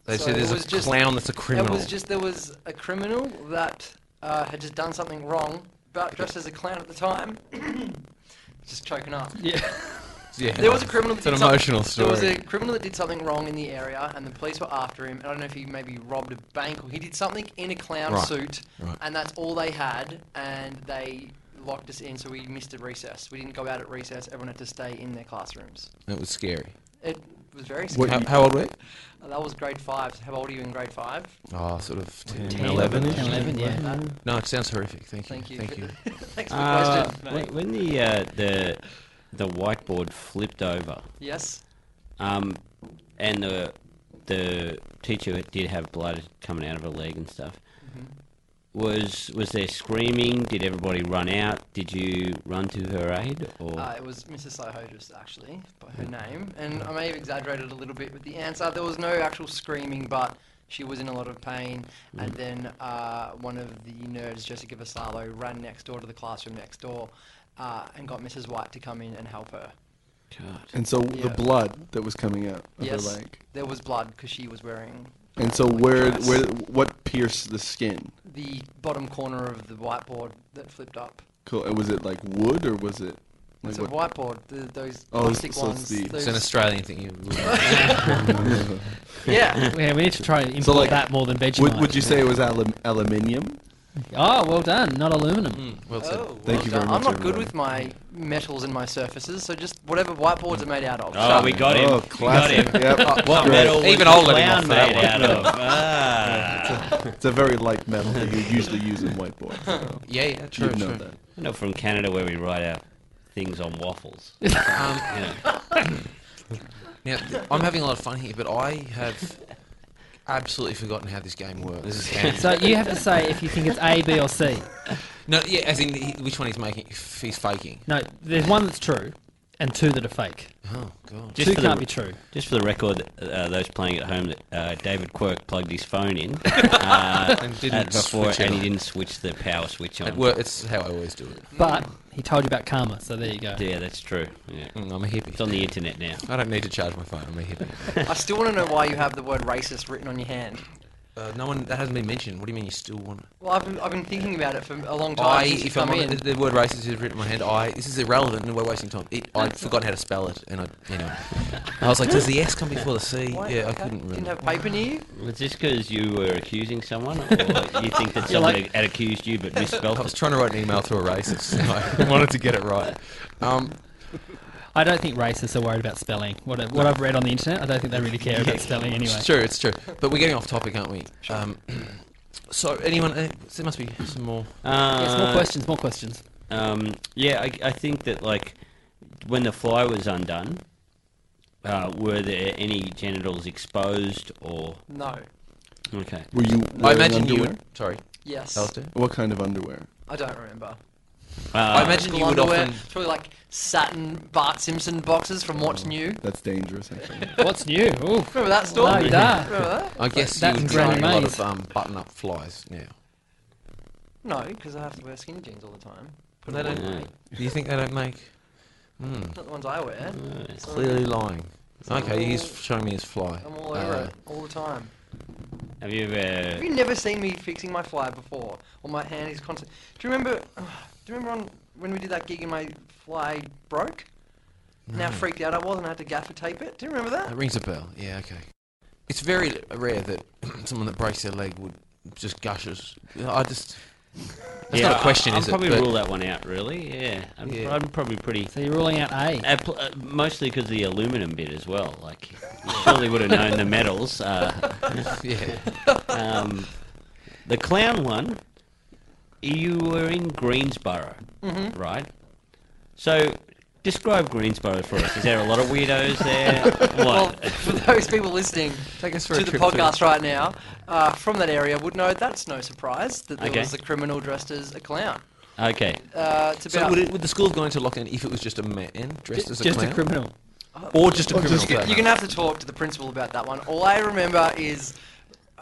Speaker 6: They
Speaker 3: So
Speaker 6: said there's
Speaker 3: it
Speaker 6: a
Speaker 3: was just-
Speaker 6: clown that's a
Speaker 3: It
Speaker 6: criminal.
Speaker 3: was just there was a criminal that uh, had just done something wrong, but dressed as a clown at the time. just choking up.
Speaker 6: yeah.
Speaker 3: There was a criminal.
Speaker 6: It's
Speaker 3: that did
Speaker 6: an
Speaker 3: some-
Speaker 6: emotional story.
Speaker 3: There was a criminal that did something wrong in the area, and the police were after him. I don't know if he maybe robbed a bank or he did something in a clown
Speaker 6: Right.
Speaker 3: suit,
Speaker 6: Right.
Speaker 3: and that's all they had. And they locked us in, so we missed a recess. We didn't go out at recess. Everyone had to stay in their classrooms.
Speaker 6: It was scary.
Speaker 3: It was very scary.
Speaker 4: What-
Speaker 6: How, how old were you?
Speaker 3: That was grade five. How old are you in grade five?
Speaker 6: Oh, sort of 10,
Speaker 2: 10,
Speaker 6: 11.
Speaker 2: 10, 11, yeah.
Speaker 6: No, it sounds horrific. Thank you.
Speaker 3: Thank you.
Speaker 6: Thank you.
Speaker 3: Thanks for the
Speaker 5: Uh,
Speaker 3: question.
Speaker 5: when, when the uh, the the whiteboard flipped over,
Speaker 3: Yes.
Speaker 5: um, and the the teacher did have blood coming out of her leg and stuff. Was was there screaming? Did everybody run out? Did you run to her aid?
Speaker 4: Oh.
Speaker 5: Or
Speaker 3: Uh, it was Mrs. Sohodris, actually, by her name. And I may have exaggerated a little bit with the answer. There was no actual screaming, but she was in a lot of pain.
Speaker 4: Mm.
Speaker 3: And then uh, one of the nerds, Jessica Vassallo, ran next door to the classroom next door uh, and got Mrs. White to come in and help her.
Speaker 4: And so the
Speaker 3: Yeah.
Speaker 4: blood that was coming out of
Speaker 3: yes,
Speaker 4: her leg.
Speaker 3: there was blood because she was wearing
Speaker 4: And so where
Speaker 3: dress.
Speaker 4: where what pierced the skin?
Speaker 3: the bottom corner of the whiteboard that flipped up.
Speaker 4: Cool. And Was it like wood or was it like
Speaker 3: It's a
Speaker 4: what?
Speaker 3: whiteboard, the, those
Speaker 4: Oh, it's-
Speaker 3: plastic
Speaker 4: so it's
Speaker 3: ones.
Speaker 4: the-
Speaker 3: those-
Speaker 6: It's an Australian thing. You
Speaker 3: yeah,
Speaker 2: Yeah, we need to try and import
Speaker 4: like,
Speaker 2: that more than Vegemite.
Speaker 4: Would, would you say it was alum, aluminium?
Speaker 2: Oh, well done. Not aluminum.
Speaker 6: Well said.
Speaker 3: Oh,
Speaker 4: Thank you very
Speaker 3: done.
Speaker 4: much,
Speaker 3: I'm not good
Speaker 4: everybody.
Speaker 3: with my metals and my surfaces, so just whatever whiteboards are made out of.
Speaker 5: Oh, we got him.
Speaker 4: Oh,
Speaker 5: We
Speaker 4: classic.
Speaker 5: got him.
Speaker 4: Yep. Uh,
Speaker 5: What metal was
Speaker 6: Even
Speaker 5: the
Speaker 6: I'll let him
Speaker 5: clown
Speaker 6: off for that
Speaker 5: made out
Speaker 6: one.
Speaker 5: of? Ah.
Speaker 4: It's a very light metal that you usually use in whiteboard. So
Speaker 6: Yeah, yeah, true,
Speaker 4: you'd know
Speaker 6: true.
Speaker 4: that.
Speaker 5: I know from Canada where we write out things on waffles.
Speaker 6: Um,
Speaker 5: Yeah.
Speaker 6: now, th- I'm having a lot of fun here, but I have absolutely forgotten how this game works. And-
Speaker 2: So you have to say if you think it's A, B, or C.
Speaker 6: no, yeah, as in he, which one he's making, if he's faking.
Speaker 2: No, there's one that's true, and two that are fake.
Speaker 6: Oh, God.
Speaker 5: Just
Speaker 2: two
Speaker 5: for the-
Speaker 2: can't be true.
Speaker 5: Just for the record, uh, those playing at home, that uh, David Quirk plugged his phone in uh,
Speaker 6: And didn't
Speaker 5: at before,
Speaker 6: switch it
Speaker 5: and he
Speaker 6: on.
Speaker 5: didn't switch the power switch on.
Speaker 6: It wor- it's how I always do it.
Speaker 2: But he told you about karma, so there you go.
Speaker 5: Yeah, that's true. Yeah.
Speaker 6: Mm, I'm a
Speaker 5: It's
Speaker 6: hippie.
Speaker 5: on the internet now.
Speaker 6: I don't need to charge my phone. I'm a hippie.
Speaker 3: I still want to know why you have the word racist written on your hand.
Speaker 6: Uh, no one that hasn't been mentioned. What do you mean you still want it?
Speaker 3: Well, I've been, I've been thinking about it for a long time
Speaker 6: Oh, I,
Speaker 3: since you
Speaker 6: if I'm
Speaker 3: come in.
Speaker 6: on, the word racist is written in my hand. I this is irrelevant and we're wasting time. It, I'd forgotten how to spell it, and I, you know, I was like, does the S come before the C?
Speaker 3: Why-
Speaker 6: Yeah, I
Speaker 3: okay,
Speaker 6: couldn't
Speaker 3: Didn't
Speaker 6: remember.
Speaker 3: have paper near you?
Speaker 5: Was this because you were accusing someone, or you think that someone
Speaker 2: like-
Speaker 5: had accused you but misspelled
Speaker 6: I was
Speaker 5: it?
Speaker 6: trying to write an email to a racist. And I wanted to get it right. Um,
Speaker 2: I don't think racists are worried about spelling. What, I- what I've read on the internet, I don't think they really care about spelling anyway.
Speaker 6: It's true, it's true. But we're getting off topic, aren't we? Um, so, anyone, uh, there must be some more.
Speaker 2: Yes, more
Speaker 5: Uh,
Speaker 2: questions, more questions.
Speaker 5: Um, yeah, I, I think that like when the fly was undone, uh, were there any genitals exposed or
Speaker 3: No.
Speaker 5: okay?
Speaker 4: Were you?
Speaker 6: I
Speaker 4: wearing
Speaker 6: imagine
Speaker 4: underwear?
Speaker 6: you would. Sorry,
Speaker 3: Yes.
Speaker 6: Alistair?
Speaker 4: What kind of underwear?
Speaker 3: I don't remember.
Speaker 6: I
Speaker 5: Uh,
Speaker 6: imagine you
Speaker 3: School
Speaker 6: would
Speaker 3: underwear.
Speaker 6: often. Oh.
Speaker 3: It's probably like satin Bart Simpson boxes from What's New.
Speaker 4: That's dangerous. Actually.
Speaker 2: What's new? Ooh.
Speaker 3: Remember that store?
Speaker 2: No, you don't.
Speaker 3: Remember that?
Speaker 6: I guess
Speaker 2: That
Speaker 6: you would
Speaker 2: and
Speaker 6: be wearing a lot
Speaker 2: Granny Mays.
Speaker 6: of um, button-up flies now.
Speaker 3: No, because I have to wear skinny jeans all the time.
Speaker 6: But they don't. Do you think they don't make?
Speaker 3: Not the ones I wear.
Speaker 6: Mm. Clearly lying. Okay, he's showing me his fly.
Speaker 3: I'm all over
Speaker 6: Uh,
Speaker 3: it all the time.
Speaker 5: have you ever?
Speaker 3: Have you never seen me fixing my fly before? Or my hand is constant. Do you remember? do you remember on, when we did that gig and my fly broke? And how freaked out I was and I had to gaffer tape it. Do you remember that?
Speaker 6: That rings a bell. Yeah, okay. It's very rare that someone that breaks their leg would just gushes. I just. That's not a question,
Speaker 5: I,
Speaker 6: is
Speaker 5: I'll probably
Speaker 6: it? But-
Speaker 5: rule that one out, really. Yeah, I'm,
Speaker 6: Yeah.
Speaker 5: I'm probably pretty.
Speaker 2: So you're ruling out A.
Speaker 5: Uh, pl- uh, mostly because the aluminum bit as well. Like, you surely would have known the metals. Uh,
Speaker 6: yeah.
Speaker 5: um, the clown one. You were in Greensboro, right? So, describe Greensboro for us. Is there a lot of weirdos there? what?
Speaker 3: Well, for those people listening
Speaker 6: Take us for
Speaker 3: to
Speaker 6: a
Speaker 3: the
Speaker 6: trip
Speaker 3: podcast right now uh, from that area would know that's no surprise that there
Speaker 5: Okay.
Speaker 3: was a criminal dressed as a clown.
Speaker 5: okay.
Speaker 3: Uh, it's
Speaker 6: So
Speaker 3: about
Speaker 6: would, it, would the school go into lockdown if it was just a man dressed as a
Speaker 2: Just
Speaker 6: clown?
Speaker 2: a criminal.
Speaker 6: Or just a criminal?
Speaker 3: You're going to have to talk to the principal about that one. All I remember is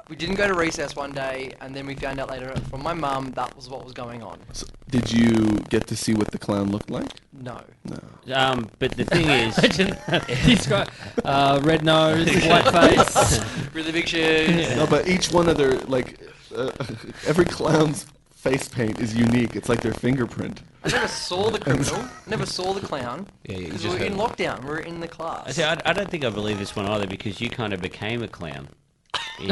Speaker 3: we didn't go to recess one day, and then we found out later from my mum that was what was going on.
Speaker 4: So, did you get to see what the clown looked like?
Speaker 3: No.
Speaker 5: Um, but the thing is,
Speaker 2: He's got uh, red nose, white face.
Speaker 3: Really big shoes.
Speaker 4: No, but each one of their like, uh, every clown's face paint is unique. It's like their fingerprint.
Speaker 3: I never saw the criminal. I never saw the clown.
Speaker 6: Yeah, yeah, you
Speaker 3: Because
Speaker 6: just
Speaker 3: we were
Speaker 6: heard
Speaker 3: in
Speaker 6: it.
Speaker 3: lockdown. We were in the class.
Speaker 5: see, I, I don't think I believe this one either because you kind of became a clown in,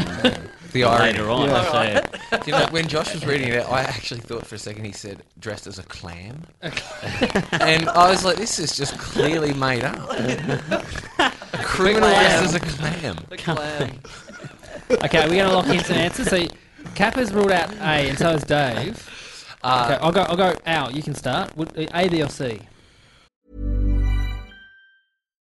Speaker 6: The irony.
Speaker 5: later on. So,
Speaker 6: You know, when Josh was reading it, I actually thought for a second he said dressed as a clam. and I was like, this is just clearly made up. a criminal dressed as a clam.
Speaker 3: The clown.
Speaker 2: Okay, we're going to lock in some answers. So Kappa's ruled out A, and so is Dave.
Speaker 6: Uh,
Speaker 2: okay, I'll go. I'll go out. You can start. Would- uh, A, B, or C?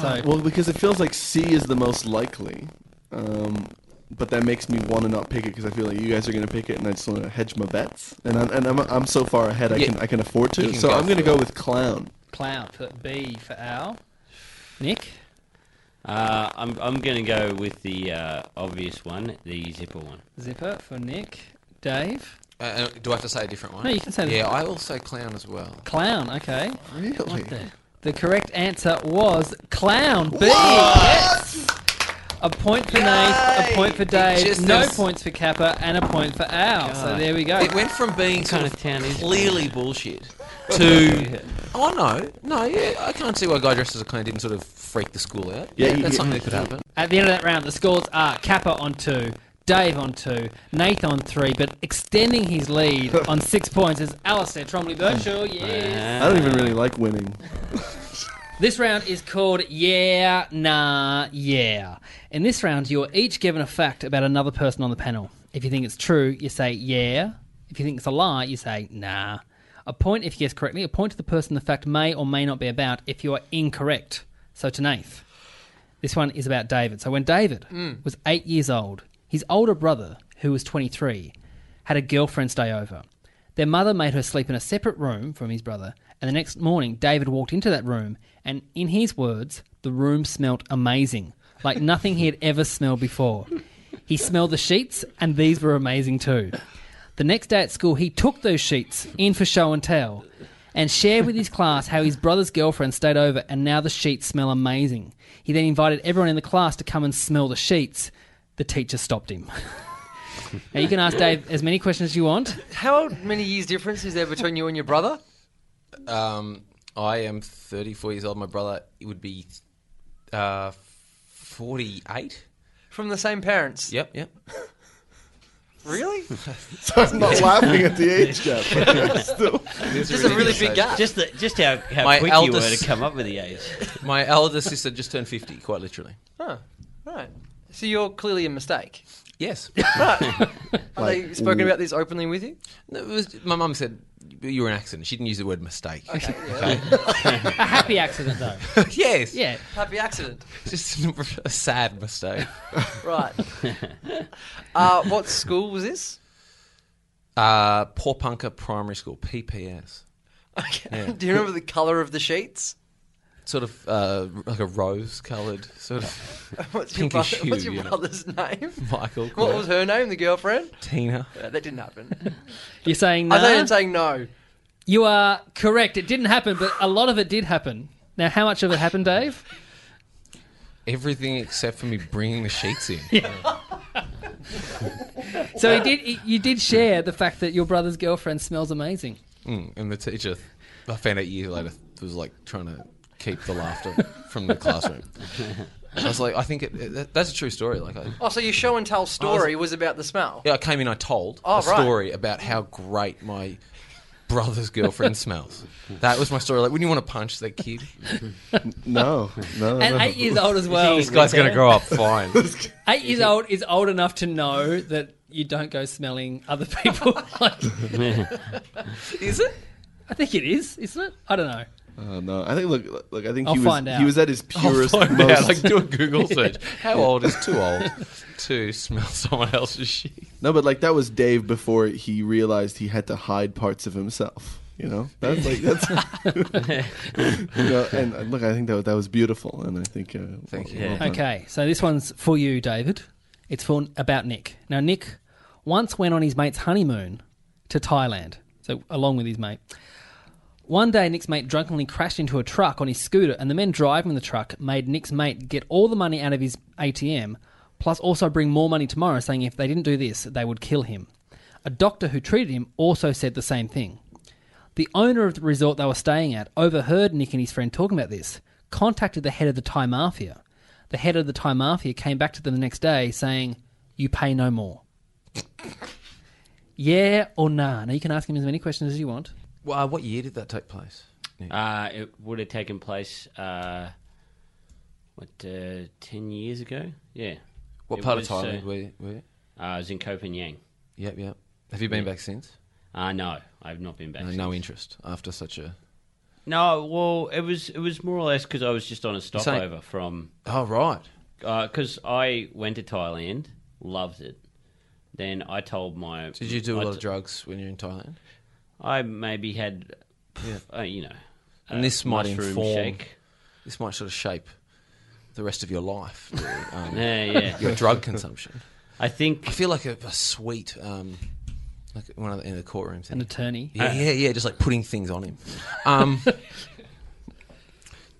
Speaker 2: So
Speaker 4: Well, because it feels like C is the most likely, um, but that makes me want to not pick it because I feel like you guys are going to pick it, and I just want to hedge my bets. And I'm, and I'm, I'm so far ahead, I
Speaker 6: Yeah.
Speaker 4: can I can afford to.
Speaker 6: You can
Speaker 4: so
Speaker 6: go
Speaker 4: I'm going to
Speaker 6: for
Speaker 4: go
Speaker 6: it.
Speaker 4: with clown.
Speaker 2: clown for B for owl. Nick.
Speaker 5: Uh, I'm I'm gonna go with the uh, obvious one, the zipper one.
Speaker 2: Zipper for Nick. Dave.
Speaker 6: Uh, uh, do I have to say a different one?
Speaker 2: No, you can say the-
Speaker 6: Yeah, I also clown as well.
Speaker 2: Clown. Okay.
Speaker 4: Really?
Speaker 2: The, the correct answer was clown. B. Yes. A point for Nate, a point for Dave,
Speaker 6: just
Speaker 2: no
Speaker 6: is-
Speaker 2: points for Kappa, and a point for Al. So there we go.
Speaker 6: It went from being sort
Speaker 5: kind of
Speaker 6: of
Speaker 5: town is-
Speaker 6: clearly bullshit to oh no, no, yeah, I can't see why a guy dressed as a clown didn't sort of freak the school out.
Speaker 4: Yeah,
Speaker 6: Yeah,
Speaker 4: you-
Speaker 6: that's
Speaker 4: you-
Speaker 6: something that could happen.
Speaker 2: At the end of that round, the scores are Kappa on two, Dave on two, Nate on three, but extending his lead on six points is Alistair Trombley Birchall.
Speaker 6: Oh.
Speaker 2: Yes.
Speaker 5: Uh,
Speaker 4: I don't even really like winning.
Speaker 2: This round is called Yeah, Nah, Yeah. In this round, you're each given a fact about another person on the panel. If you think it's true, you say yeah. If you think it's a lie, you say nah. A point if you guess correctly, a point to the person the fact may or may not be about if you are incorrect. So to Nath. This one is about David. So when David was eight years old, his older brother, who was 23, had a girlfriend stay over. Their mother made her sleep in a separate room from his brother, and the next morning, David walked into that room, and in his words, the room smelt amazing, like nothing he had ever smelled before. He smelled the sheets, and these were amazing too. The next day at school, he took those sheets in for show and tell and shared with his class how his brother's girlfriend stayed over and now the sheets smell amazing. He then invited everyone in the class to come and smell the sheets. The teacher stopped him. now, you can ask Dave as many questions as you want.
Speaker 3: How many years difference is there between you and your brother?
Speaker 6: Um, I am 34 years old. My brother would be uh, 48.
Speaker 3: From the same parents?
Speaker 6: Yep, yep.
Speaker 3: Really?
Speaker 4: So I'm not laughing at the age gap. but yeah, still.
Speaker 3: Just a really big gap.
Speaker 5: Just the, just how, how
Speaker 6: My
Speaker 5: quick you were
Speaker 6: eldest-
Speaker 5: to come up with the A's.
Speaker 6: My elder sister just turned 50, quite literally.
Speaker 3: Huh. Right. So you're clearly a mistake.
Speaker 6: Yes.
Speaker 3: Have they spoken about this openly with you?
Speaker 6: No, it was- my mum said you were an accident. She didn't use the word mistake.
Speaker 2: A happy accident, though.
Speaker 6: yes.
Speaker 2: Yeah.
Speaker 3: Happy accident.
Speaker 6: Just a sad mistake.
Speaker 3: Right. uh, what school was this?
Speaker 6: Uh, Poor Punker Primary School, PPS.
Speaker 3: Okay. Do you remember the colour of the sheets?
Speaker 6: Sort of uh, like a rose coloured sort of
Speaker 3: What's your,
Speaker 6: Pinkish
Speaker 3: brother, what's
Speaker 6: hue,
Speaker 3: your
Speaker 6: you know.
Speaker 3: brother's name?
Speaker 6: Michael.
Speaker 3: What was her name, the girlfriend?
Speaker 6: Tina?
Speaker 3: Uh, that didn't happen.
Speaker 2: You're saying
Speaker 3: I thought you
Speaker 2: no.
Speaker 3: were saying no.
Speaker 2: you are correct. It didn't happen, but a lot of it did happen. Now, how much of it happened, Dave?
Speaker 6: Everything except for me bringing the sheets in.
Speaker 2: So he did. He, you did share the fact that your brother's girlfriend smells amazing.
Speaker 6: Mm, and the teacher, I found out years later, was like trying to keep the laughter from the classroom. I was like, I think it, it, that's a true story. Like, I,
Speaker 3: Oh, so your show and tell story was about the smell.
Speaker 6: yeah, I came in, I told
Speaker 3: Oh,
Speaker 6: a
Speaker 3: right.
Speaker 6: story about how great my brother's girlfriend smells. That was my story. Like, wouldn't you want to punch that kid?
Speaker 4: No, no,
Speaker 2: And
Speaker 4: no.
Speaker 2: eight years old as well.
Speaker 6: This guy's going to grow up fine.
Speaker 2: Eight years old is old enough to know that you don't go smelling other people. like, is it? I think it is, isn't it? I don't know.
Speaker 4: Uh, no, I think look, look. I think
Speaker 2: I'll
Speaker 4: he was
Speaker 2: find out.
Speaker 4: he was at his purest,
Speaker 6: Find
Speaker 4: most
Speaker 6: out, like, do a Google search. How old is too old to smell someone else's sheet?
Speaker 4: No, but like that was Dave before he realized he had to hide parts of himself. You know, that's like that's. you know, and uh, look, I think that was- that was beautiful, and I think. Uh,
Speaker 6: Thank you.
Speaker 5: Yeah.
Speaker 2: Okay, so this one's for you, David. It's for about Nick. Now, Nick once went on his mate's honeymoon to Thailand, so along with his mate. One day, Nick's mate drunkenly crashed into a truck on his scooter, and the men driving the truck made Nick's mate get all the money out of his ATM, plus also bring more money tomorrow, saying if they didn't do this, they would kill him. A doctor who treated him also said the same thing. The owner of the resort they were staying at overheard Nick and his friend talking about this, contacted the head of the Thai mafia. The head of the Thai mafia came back to them the next day saying, You pay no more. yeah or nah? Now you can ask him as many questions as you want.
Speaker 6: Well, uh, what year did that take place?
Speaker 5: Uh, it would have taken place uh, what uh, ten years ago? Yeah.
Speaker 6: What
Speaker 5: It
Speaker 6: part of
Speaker 5: was, uh,
Speaker 6: Thailand were, you, were you?
Speaker 5: Uh, I was in Copenhagen.
Speaker 6: Yep, yep. Have you been back since?
Speaker 5: Uh, no, I've not been back.
Speaker 6: No,
Speaker 5: since.
Speaker 6: no interest after such a.
Speaker 5: No, well, it was it was more or less because I was just on a stopover from
Speaker 6: Oh right.
Speaker 5: because Uh, I went to Thailand, loved it. Then I told my
Speaker 6: Did you do a
Speaker 5: I
Speaker 6: lot of
Speaker 5: t-
Speaker 6: drugs when you're in Thailand?
Speaker 5: I maybe had, pff, uh, you know,
Speaker 6: And
Speaker 5: a
Speaker 6: this might
Speaker 5: mushroom
Speaker 6: inform-
Speaker 5: shake.
Speaker 6: This might sort of shape the rest of your life doing um,
Speaker 5: Yeah, yeah.
Speaker 6: your drug consumption.
Speaker 5: I think
Speaker 6: I feel like a, a sweet, um, like one of the, in the courtroom thing.
Speaker 2: An attorney.
Speaker 6: Yeah, yeah, yeah, just like putting things on him. Um,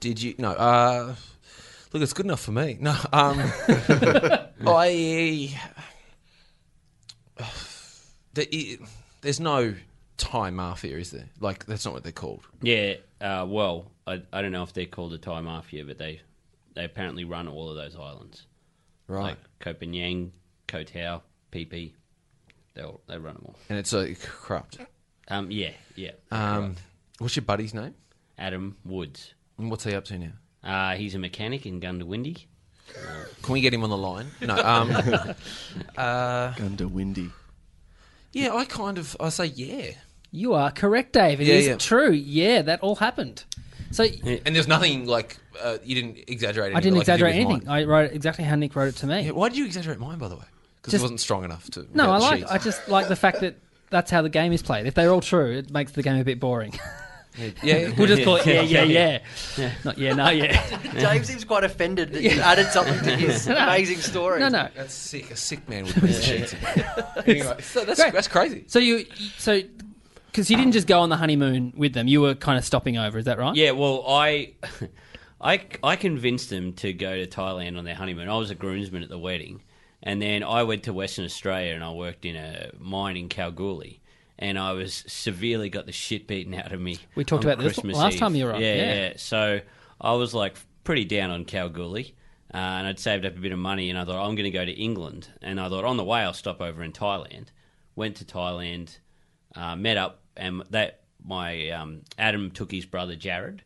Speaker 6: did you? No. Uh, look, it's good enough for me. No. Um, I. The, i there's no Thai mafia, is there? Like that's not what they're called.
Speaker 5: Yeah, uh, well, I, I don't know if they're called the Thai mafia, but they they apparently run all of those islands,
Speaker 6: Right.
Speaker 5: like Koh Phangan, Koh Tao, Phi Phi. They all, they run them all.
Speaker 6: And it's like corrupt.
Speaker 5: Um, yeah, yeah.
Speaker 6: Um, what's your buddy's name?
Speaker 5: Adam Woods.
Speaker 6: And what's he up to now?
Speaker 5: Uh, he's a mechanic in Gundawindi.
Speaker 6: Can we get him on the line? No. Um,
Speaker 4: Under windy.
Speaker 6: yeah, I kind of I say yeah.
Speaker 2: You are correct, Dave. It
Speaker 6: Yeah,
Speaker 2: is
Speaker 6: yeah.
Speaker 2: true. Yeah, that all happened. So
Speaker 6: And there's nothing like uh, you didn't exaggerate. Anything,
Speaker 2: I didn't
Speaker 6: like you did
Speaker 2: exaggerate
Speaker 6: with
Speaker 2: anything.
Speaker 6: mine.
Speaker 2: I wrote it exactly how Nick wrote it to me.
Speaker 6: Yeah, why did you exaggerate mine, by the way? Because it
Speaker 2: Just-
Speaker 6: wasn't strong enough to.
Speaker 2: no, I
Speaker 6: without the
Speaker 2: like.
Speaker 6: sheets.
Speaker 2: I just like the fact that that's how the game is played. If they're all true, it makes the game a bit boring.
Speaker 6: yeah,
Speaker 2: we'll just call it yeah, yeah, yeah. Not yeah, no, yeah.
Speaker 3: Dave seems quite offended that you added something to his amazing story.
Speaker 2: No, no.
Speaker 6: that's sick. A sick man would be cheating. anyway, so that's
Speaker 2: Great.
Speaker 6: that's crazy.
Speaker 2: So you, so because you didn't just go on the honeymoon with them, you were kind of stopping over. Is that right?
Speaker 5: Yeah, well, I, I, I convinced them to go to Thailand on their honeymoon. I was a groomsman at the wedding, and then I went to Western Australia and I worked in a mine in Kalgoorlie, and I was severely got the shit beaten out of me.
Speaker 2: We talked
Speaker 5: on
Speaker 2: about this
Speaker 5: Christmas
Speaker 2: last
Speaker 5: Eve.
Speaker 2: time you were on,
Speaker 5: Yeah,
Speaker 2: yeah.
Speaker 5: yeah. So I was like pretty down on Kalgoorlie. Uh, and I'd saved up a bit of money, and I thought I'm going to go to England. And I thought on the way I'll stop over in Thailand. Went to Thailand, uh, met up, and that my um, Adam took his brother Jared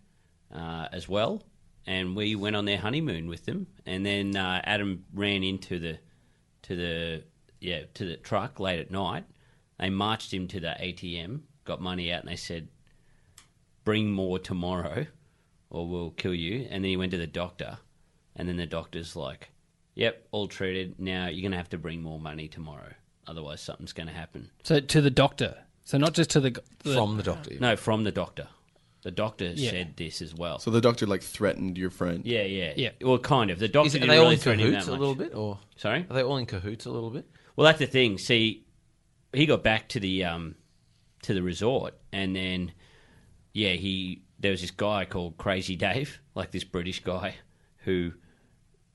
Speaker 5: uh, as well, and we went on their honeymoon with them. And then uh, Adam ran into the to the yeah to the truck late at night. They marched him to the ATM, got money out, and they said, "Bring more tomorrow, or we'll kill you." And then he went to the doctor, and then the doctor's like, "Yep, all treated. Now you're gonna have to bring more money tomorrow, otherwise something's gonna happen."
Speaker 2: So to the doctor. So not just to the, the
Speaker 6: From the doctor.
Speaker 5: No, from the doctor. The doctor
Speaker 2: Yeah.
Speaker 5: said this as well.
Speaker 4: So the doctor like threatened your friend.
Speaker 5: yeah, yeah,
Speaker 2: Yeah.
Speaker 5: Well, kind of. The doctor
Speaker 6: Is it, are
Speaker 5: didn't
Speaker 6: they all
Speaker 5: really
Speaker 6: in
Speaker 5: threaten him that
Speaker 6: cahoots a
Speaker 5: much.
Speaker 6: little bit, or
Speaker 5: Sorry.
Speaker 6: are they all in cahoots a little bit?
Speaker 5: Well, that's the thing. See, he got back to the um, to the resort, and then yeah, he there was this guy called Crazy Dave, like this British guy who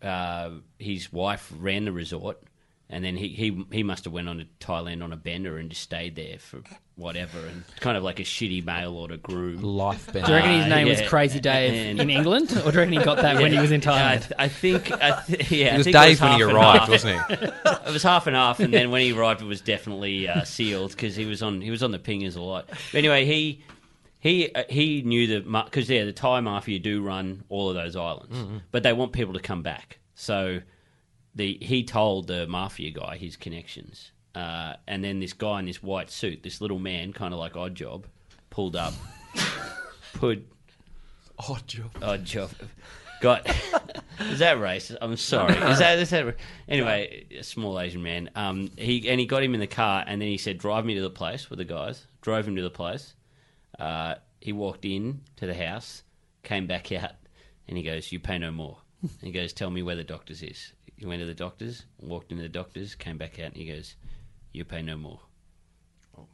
Speaker 5: uh, his wife ran the resort, and then he, he he must have went on to Thailand on a bender and just stayed there for whatever, and kind of like a shitty mail order groom.
Speaker 6: Life better.
Speaker 2: Do you reckon his
Speaker 5: Uh,
Speaker 2: name was
Speaker 5: yeah.
Speaker 2: Crazy Dave
Speaker 5: And-
Speaker 2: in England, or do you reckon he got that when he was in
Speaker 5: Yeah, I,
Speaker 2: Thailand?
Speaker 5: th- I think, I th- yeah,
Speaker 6: It
Speaker 5: I
Speaker 6: was
Speaker 5: think it
Speaker 6: Dave when
Speaker 5: half
Speaker 6: he
Speaker 5: and
Speaker 6: arrived,
Speaker 5: half.
Speaker 6: wasn't he?
Speaker 5: It was half and half, and then when he arrived, it was definitely uh, sealed because he was on he was on the pingers a lot. But anyway, he he uh, he knew the because yeah, the Thai mafia do run all of those islands, but they want people to come back. So the he told the mafia guy his connections, uh, and then this guy in this white suit, this little man, kind of like odd job, pulled up, put
Speaker 6: Oh, job.
Speaker 5: odd job. Got is that racist? I'm sorry. Is that, is that anyway? A small Asian man. Um, he and he got him in the car, and then he said, "Drive me to the place with the guys." Drove him to the place. Uh, he walked in to the house, came back out, and he goes, "You pay no more." And he goes, "Tell me where the doctor's is." He went to the doctor's, walked into the doctor's, came back out, and he goes, "You pay no more."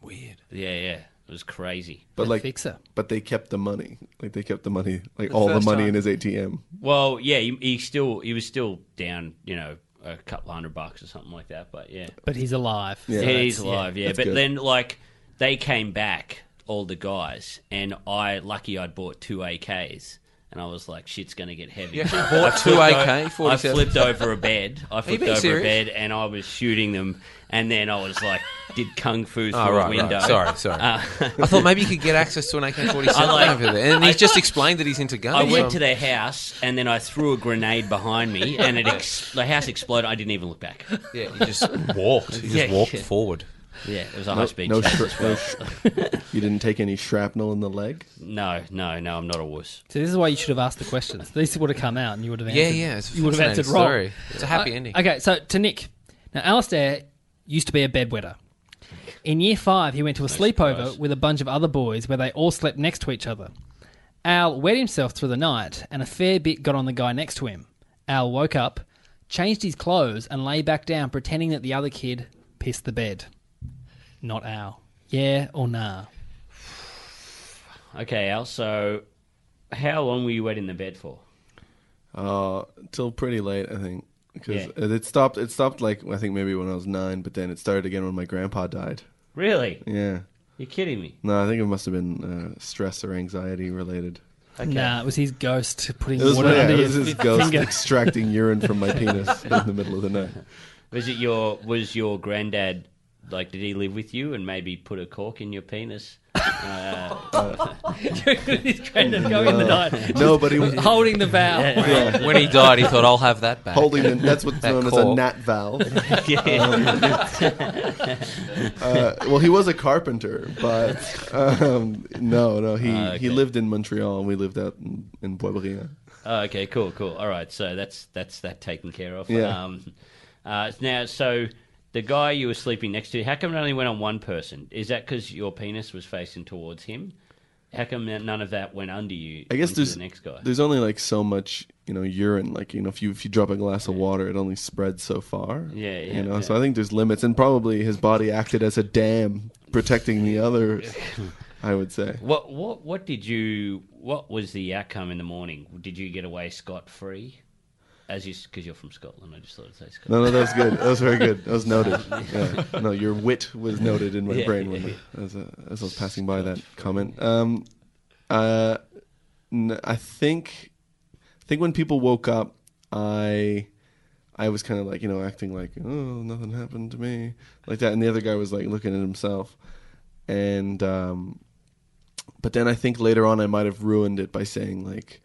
Speaker 6: Weird.
Speaker 5: Yeah, yeah, it was crazy.
Speaker 4: But like,
Speaker 2: fixer.
Speaker 4: but they kept the money. Like they kept the money, like all the money in his ATM.
Speaker 5: Well, yeah, he, he still he was still down, you know, a couple hundred bucks or something like that. But yeah,
Speaker 2: But he's alive.
Speaker 4: Yeah.
Speaker 5: Yeah, he's alive. Yeah,
Speaker 4: that's
Speaker 5: but
Speaker 4: good.
Speaker 5: then like they came back, all the guys, and I lucky I'd bought two AKs. And I was like, "Shit's gonna get heavy."
Speaker 6: Bought two
Speaker 5: I
Speaker 6: AK
Speaker 5: flipped o- I
Speaker 6: forty-seven.
Speaker 5: flipped over a bed. I flipped
Speaker 6: being
Speaker 5: over
Speaker 6: serious?
Speaker 5: a bed, and I was shooting them. And then I was like, did kung fu through
Speaker 6: Oh,
Speaker 5: a
Speaker 6: right,
Speaker 5: window. Uh,
Speaker 6: right. Sorry, sorry. I thought maybe you could get access to an AK-47
Speaker 5: I like-
Speaker 6: over there, and
Speaker 5: I-
Speaker 6: he's just explained that he's into guns.
Speaker 5: I went
Speaker 6: Um,
Speaker 5: to their house, and then I threw a grenade behind me, and it ex- the house exploded. I didn't even look back.
Speaker 6: Yeah, you just walked. You just
Speaker 5: Yeah,
Speaker 6: walked
Speaker 5: yeah.
Speaker 6: forward.
Speaker 5: Yeah, it was a high
Speaker 4: No,
Speaker 5: speed
Speaker 4: no,
Speaker 5: chase
Speaker 4: shra-
Speaker 5: as well.
Speaker 4: no sh- you didn't take any shrapnel in the leg.
Speaker 5: No, no, no, I'm not a wuss.
Speaker 2: So this is why you should have asked the questions. These would have come out, and you would have answered.
Speaker 6: Yeah, yeah. It's a
Speaker 2: you would have
Speaker 6: fascinating
Speaker 2: answered wrong. Uh,
Speaker 6: story. It's a happy ending.
Speaker 2: Okay, so to Nick. Now, Alistair used to be a bedwetter. In year five, he went to a sleepover with a bunch of other boys where they all slept next to each other. Al wet himself through the night, and a fair bit got on the guy next to him. Al woke up, changed his clothes, and lay back down, pretending that the other kid pissed the bed. Not Al. Yeah or nah?
Speaker 5: Okay, Al. So, how long were you waiting in the bed for?
Speaker 4: Uh, till pretty late, I think, because
Speaker 5: Yeah.
Speaker 4: it stopped. It stopped like I think maybe when I was nine, but then it started again when my grandpa died.
Speaker 5: Really?
Speaker 4: Yeah.
Speaker 5: You're kidding me.
Speaker 4: No, I think it must have been uh, stress or anxiety related.
Speaker 2: Nah, it was his ghost putting
Speaker 4: It was,
Speaker 2: water
Speaker 4: yeah,
Speaker 2: under
Speaker 4: it
Speaker 2: your
Speaker 4: was his ghost
Speaker 2: finger.
Speaker 4: extracting urine from my penis in the middle of the night.
Speaker 5: Was it your was your granddad like did he live with you and maybe put a cork in your penis?
Speaker 2: his granddad
Speaker 5: Oh,
Speaker 2: going in the night,
Speaker 4: Uh, No, but he was
Speaker 2: holding the vow.
Speaker 6: When he died, he thought, I'll have that back.
Speaker 4: holding the, that's what's
Speaker 6: That
Speaker 4: known as a
Speaker 6: cork.
Speaker 4: nat valve. Um,
Speaker 5: yeah.
Speaker 4: Uh, well, he was a carpenter, but um, no, no, he,
Speaker 5: Ah,
Speaker 4: he
Speaker 5: okay.
Speaker 4: lived in Montreal and we lived out in, in Boisbriand.
Speaker 5: Oh, okay, cool, cool. All right, so that's that's that taken care of.
Speaker 4: Yeah.
Speaker 5: Um, uh, now, so the guy you were sleeping next to, how come it only went on one person? Is that because your penis was facing towards him? How come that- none of that went under you?
Speaker 4: I guess
Speaker 5: onto
Speaker 4: there's
Speaker 5: the next guy.
Speaker 4: there's only like so much you know urine. Like you know, if you if you drop a glass of water, it only spreads so far.
Speaker 5: Yeah, yeah,
Speaker 4: You know,
Speaker 5: yeah.
Speaker 4: so I think there's limits, and probably his body acted as a dam protecting the others. I would say.
Speaker 5: What what what did you? What was the outcome in the morning? Did you get away scot free? As you, because you're from Scotland, I just thought I'd say Scotland.
Speaker 4: No, no, that was good. That was very good. That was noted. Yeah. No, your wit was noted in my
Speaker 5: Yeah,
Speaker 4: brain when
Speaker 5: yeah,
Speaker 4: as, uh, as I was passing by that comment. Um, uh, n- I think, I think when people woke up, I, I was kind of like you know acting like oh nothing happened to me like that, and the other guy was like looking at himself, and um, but then I think later on I might have ruined it by saying like,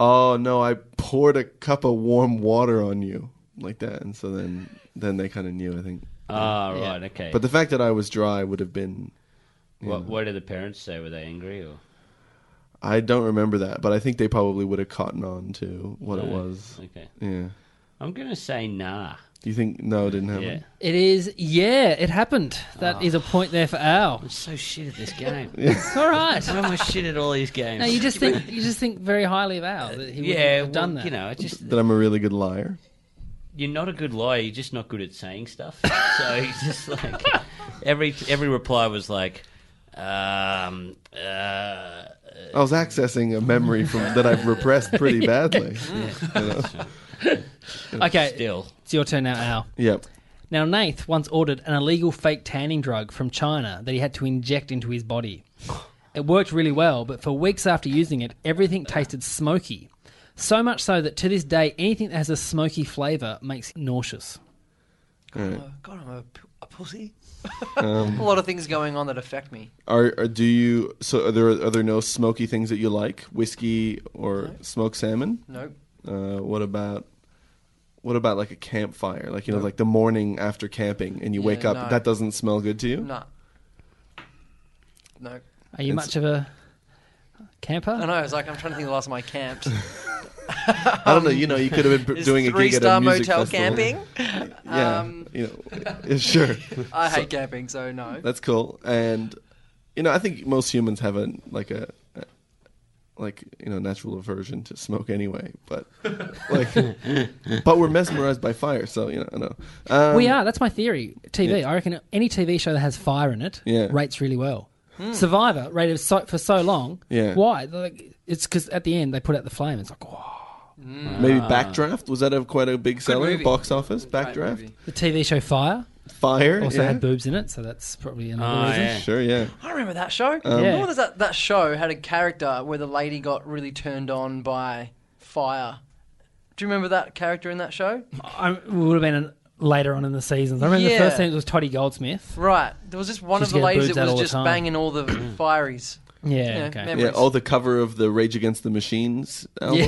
Speaker 4: "Oh no, I poured a cup of warm water on you," like that, and so then then they kind of knew. I think,
Speaker 5: Ah, right, okay.
Speaker 4: but the fact that I was dry would have been.
Speaker 5: what, what did the parents say? Were they angry or?
Speaker 4: I don't remember that, but I think they probably would have cottoned on to what it was.
Speaker 5: Okay,
Speaker 4: Yeah.
Speaker 5: I'm gonna say nah.
Speaker 4: Do you think no it didn't happen?
Speaker 5: Yeah,
Speaker 2: It is, yeah, it happened.
Speaker 5: Ah.
Speaker 2: That is a point there for Al.
Speaker 5: I'm so shit at this game.
Speaker 2: It's all right.
Speaker 5: I'm almost shit at all these games.
Speaker 2: No, you just think you just think very highly of Al that he would
Speaker 5: yeah,
Speaker 2: have done
Speaker 5: well,
Speaker 2: that.
Speaker 5: You know, it's just
Speaker 4: That I'm a really good liar.
Speaker 5: you're not a good liar. You're just not good at saying stuff. so you just like every every reply was like, um, uh,
Speaker 4: I was accessing a memory from that I've repressed pretty badly.
Speaker 2: okay,
Speaker 5: still.
Speaker 2: it's your turn now, Al.
Speaker 4: Yep.
Speaker 2: Now, Nath once ordered an illegal fake tanning drug from China that he had to inject into his body. It worked really well, but for weeks after using it, everything tasted smoky. So much so that to this day, anything that has a smoky flavour makes him nauseous.
Speaker 3: Oh, God, I'm a, p- a pussy. a lot of things going on that affect me.
Speaker 4: Are, are do you so are there are there no smoky things that you like? Whiskey or smoked salmon?
Speaker 3: Nope.
Speaker 4: Uh, what about what about like a campfire? Like you know, like the morning after camping and you wake
Speaker 3: Yeah,
Speaker 4: up,
Speaker 3: no.
Speaker 4: that doesn't smell good to you?
Speaker 3: Nah. Nope.
Speaker 2: Are you much of a camper?
Speaker 3: I know. I was like, I'm trying to think of the last time I camped.
Speaker 4: I don't know, you know, you could have been
Speaker 3: Is
Speaker 4: doing a
Speaker 3: three
Speaker 4: gig at
Speaker 3: star
Speaker 4: a music
Speaker 3: motel
Speaker 4: festival.
Speaker 3: camping.
Speaker 4: Yeah.
Speaker 3: Um,
Speaker 4: you know, yeah, sure.
Speaker 3: I hate camping, so no.
Speaker 4: That's cool. And you know, I think most humans have a like a, a- like you know natural aversion to smoke anyway. But like, but we're mesmerized by fire, so you know. I know. Um,
Speaker 2: we are. That's my theory. TV. I reckon any TV show that has fire in it
Speaker 4: Yeah. Hmm.
Speaker 2: rates really well. Survivor rated so, for so long.
Speaker 4: Yeah.
Speaker 2: Why? Like, it's because at the end they put out the flame. It's like, oh,
Speaker 4: Maybe Backdraft was that a quite a big seller
Speaker 3: movie.
Speaker 4: box office? Backdraft,
Speaker 3: movie.
Speaker 2: the TV show Fire
Speaker 4: fire.
Speaker 2: also
Speaker 4: yeah.
Speaker 2: had boobs in it, so that's probably another
Speaker 5: Oh,
Speaker 2: reason.
Speaker 5: yeah.
Speaker 4: Sure, yeah.
Speaker 3: I remember that show.
Speaker 4: Um,
Speaker 2: Yeah.
Speaker 3: Remember that that show had a character where the lady got really turned on by fire. Do you remember that character in that show?
Speaker 2: I, it would have been an, later on in the seasons. I remember
Speaker 3: Yeah.
Speaker 2: the first thing was Toddy Goldsmith.
Speaker 3: Right. There was just one
Speaker 2: She's
Speaker 3: of the
Speaker 2: getting
Speaker 3: ladies
Speaker 2: boobs
Speaker 3: that
Speaker 2: out
Speaker 3: was
Speaker 2: all the
Speaker 3: just
Speaker 2: time.
Speaker 3: banging all the fireys.
Speaker 2: Yeah,
Speaker 3: Yeah,
Speaker 2: okay.
Speaker 3: memories.
Speaker 4: Yeah, oh, the cover of the Rage Against the Machines album.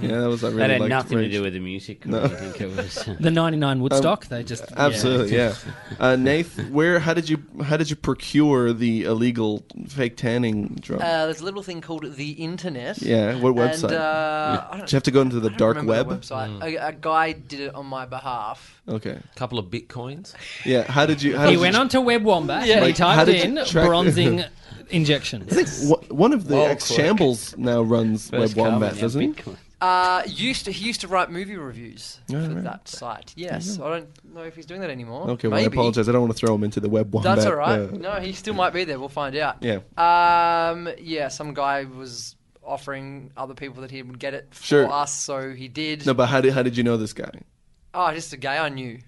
Speaker 4: Yeah, that was I really
Speaker 5: That had
Speaker 4: liked
Speaker 5: nothing
Speaker 4: Rage.
Speaker 5: to do with the music. or I think it was. uh,
Speaker 2: The 99 Woodstock, they just.
Speaker 4: Um, Absolutely, yeah. Uh, Nath, where how did you how did you procure the illegal fake tanning drug?
Speaker 3: Uh, there's a little thing called the internet.
Speaker 4: yeah, what website?
Speaker 3: And, uh, I don't,
Speaker 4: Did you have to go into the
Speaker 3: I don't
Speaker 4: dark
Speaker 3: remember
Speaker 4: web?
Speaker 3: the
Speaker 2: Hmm.
Speaker 3: website. A, a guy did it on my behalf.
Speaker 4: Okay.
Speaker 6: couple of bitcoins.
Speaker 4: Yeah. How did you? How
Speaker 2: He
Speaker 4: did
Speaker 2: went
Speaker 4: you,
Speaker 2: onto Web Wombat and he
Speaker 4: Like, how
Speaker 2: typed
Speaker 4: did
Speaker 2: in
Speaker 4: you track-
Speaker 2: bronzing injections.
Speaker 4: Wha- One of the
Speaker 5: Well,
Speaker 4: ex
Speaker 5: quick.
Speaker 4: shambles now runs Web
Speaker 5: First carbon,
Speaker 4: Wombat,
Speaker 5: yeah,
Speaker 4: doesn't he?
Speaker 5: Bitcoin.
Speaker 3: Uh, used to he used to write movie reviews
Speaker 4: Oh,
Speaker 3: for
Speaker 4: right.
Speaker 3: that site. Yes, I don't know if he's doing that anymore.
Speaker 4: Okay, well, I
Speaker 3: Maybe.
Speaker 4: apologize. I don't want to throw him into the web wombat.
Speaker 3: That's all right.
Speaker 4: uh,
Speaker 3: no, he still might be there. We'll find out.
Speaker 4: Yeah.
Speaker 3: Um. Yeah. Some guy was offering other people that he would get it for
Speaker 4: Sure.
Speaker 3: us, so he did.
Speaker 4: No, but how did how did you know this guy?
Speaker 3: Oh, just a gay I knew.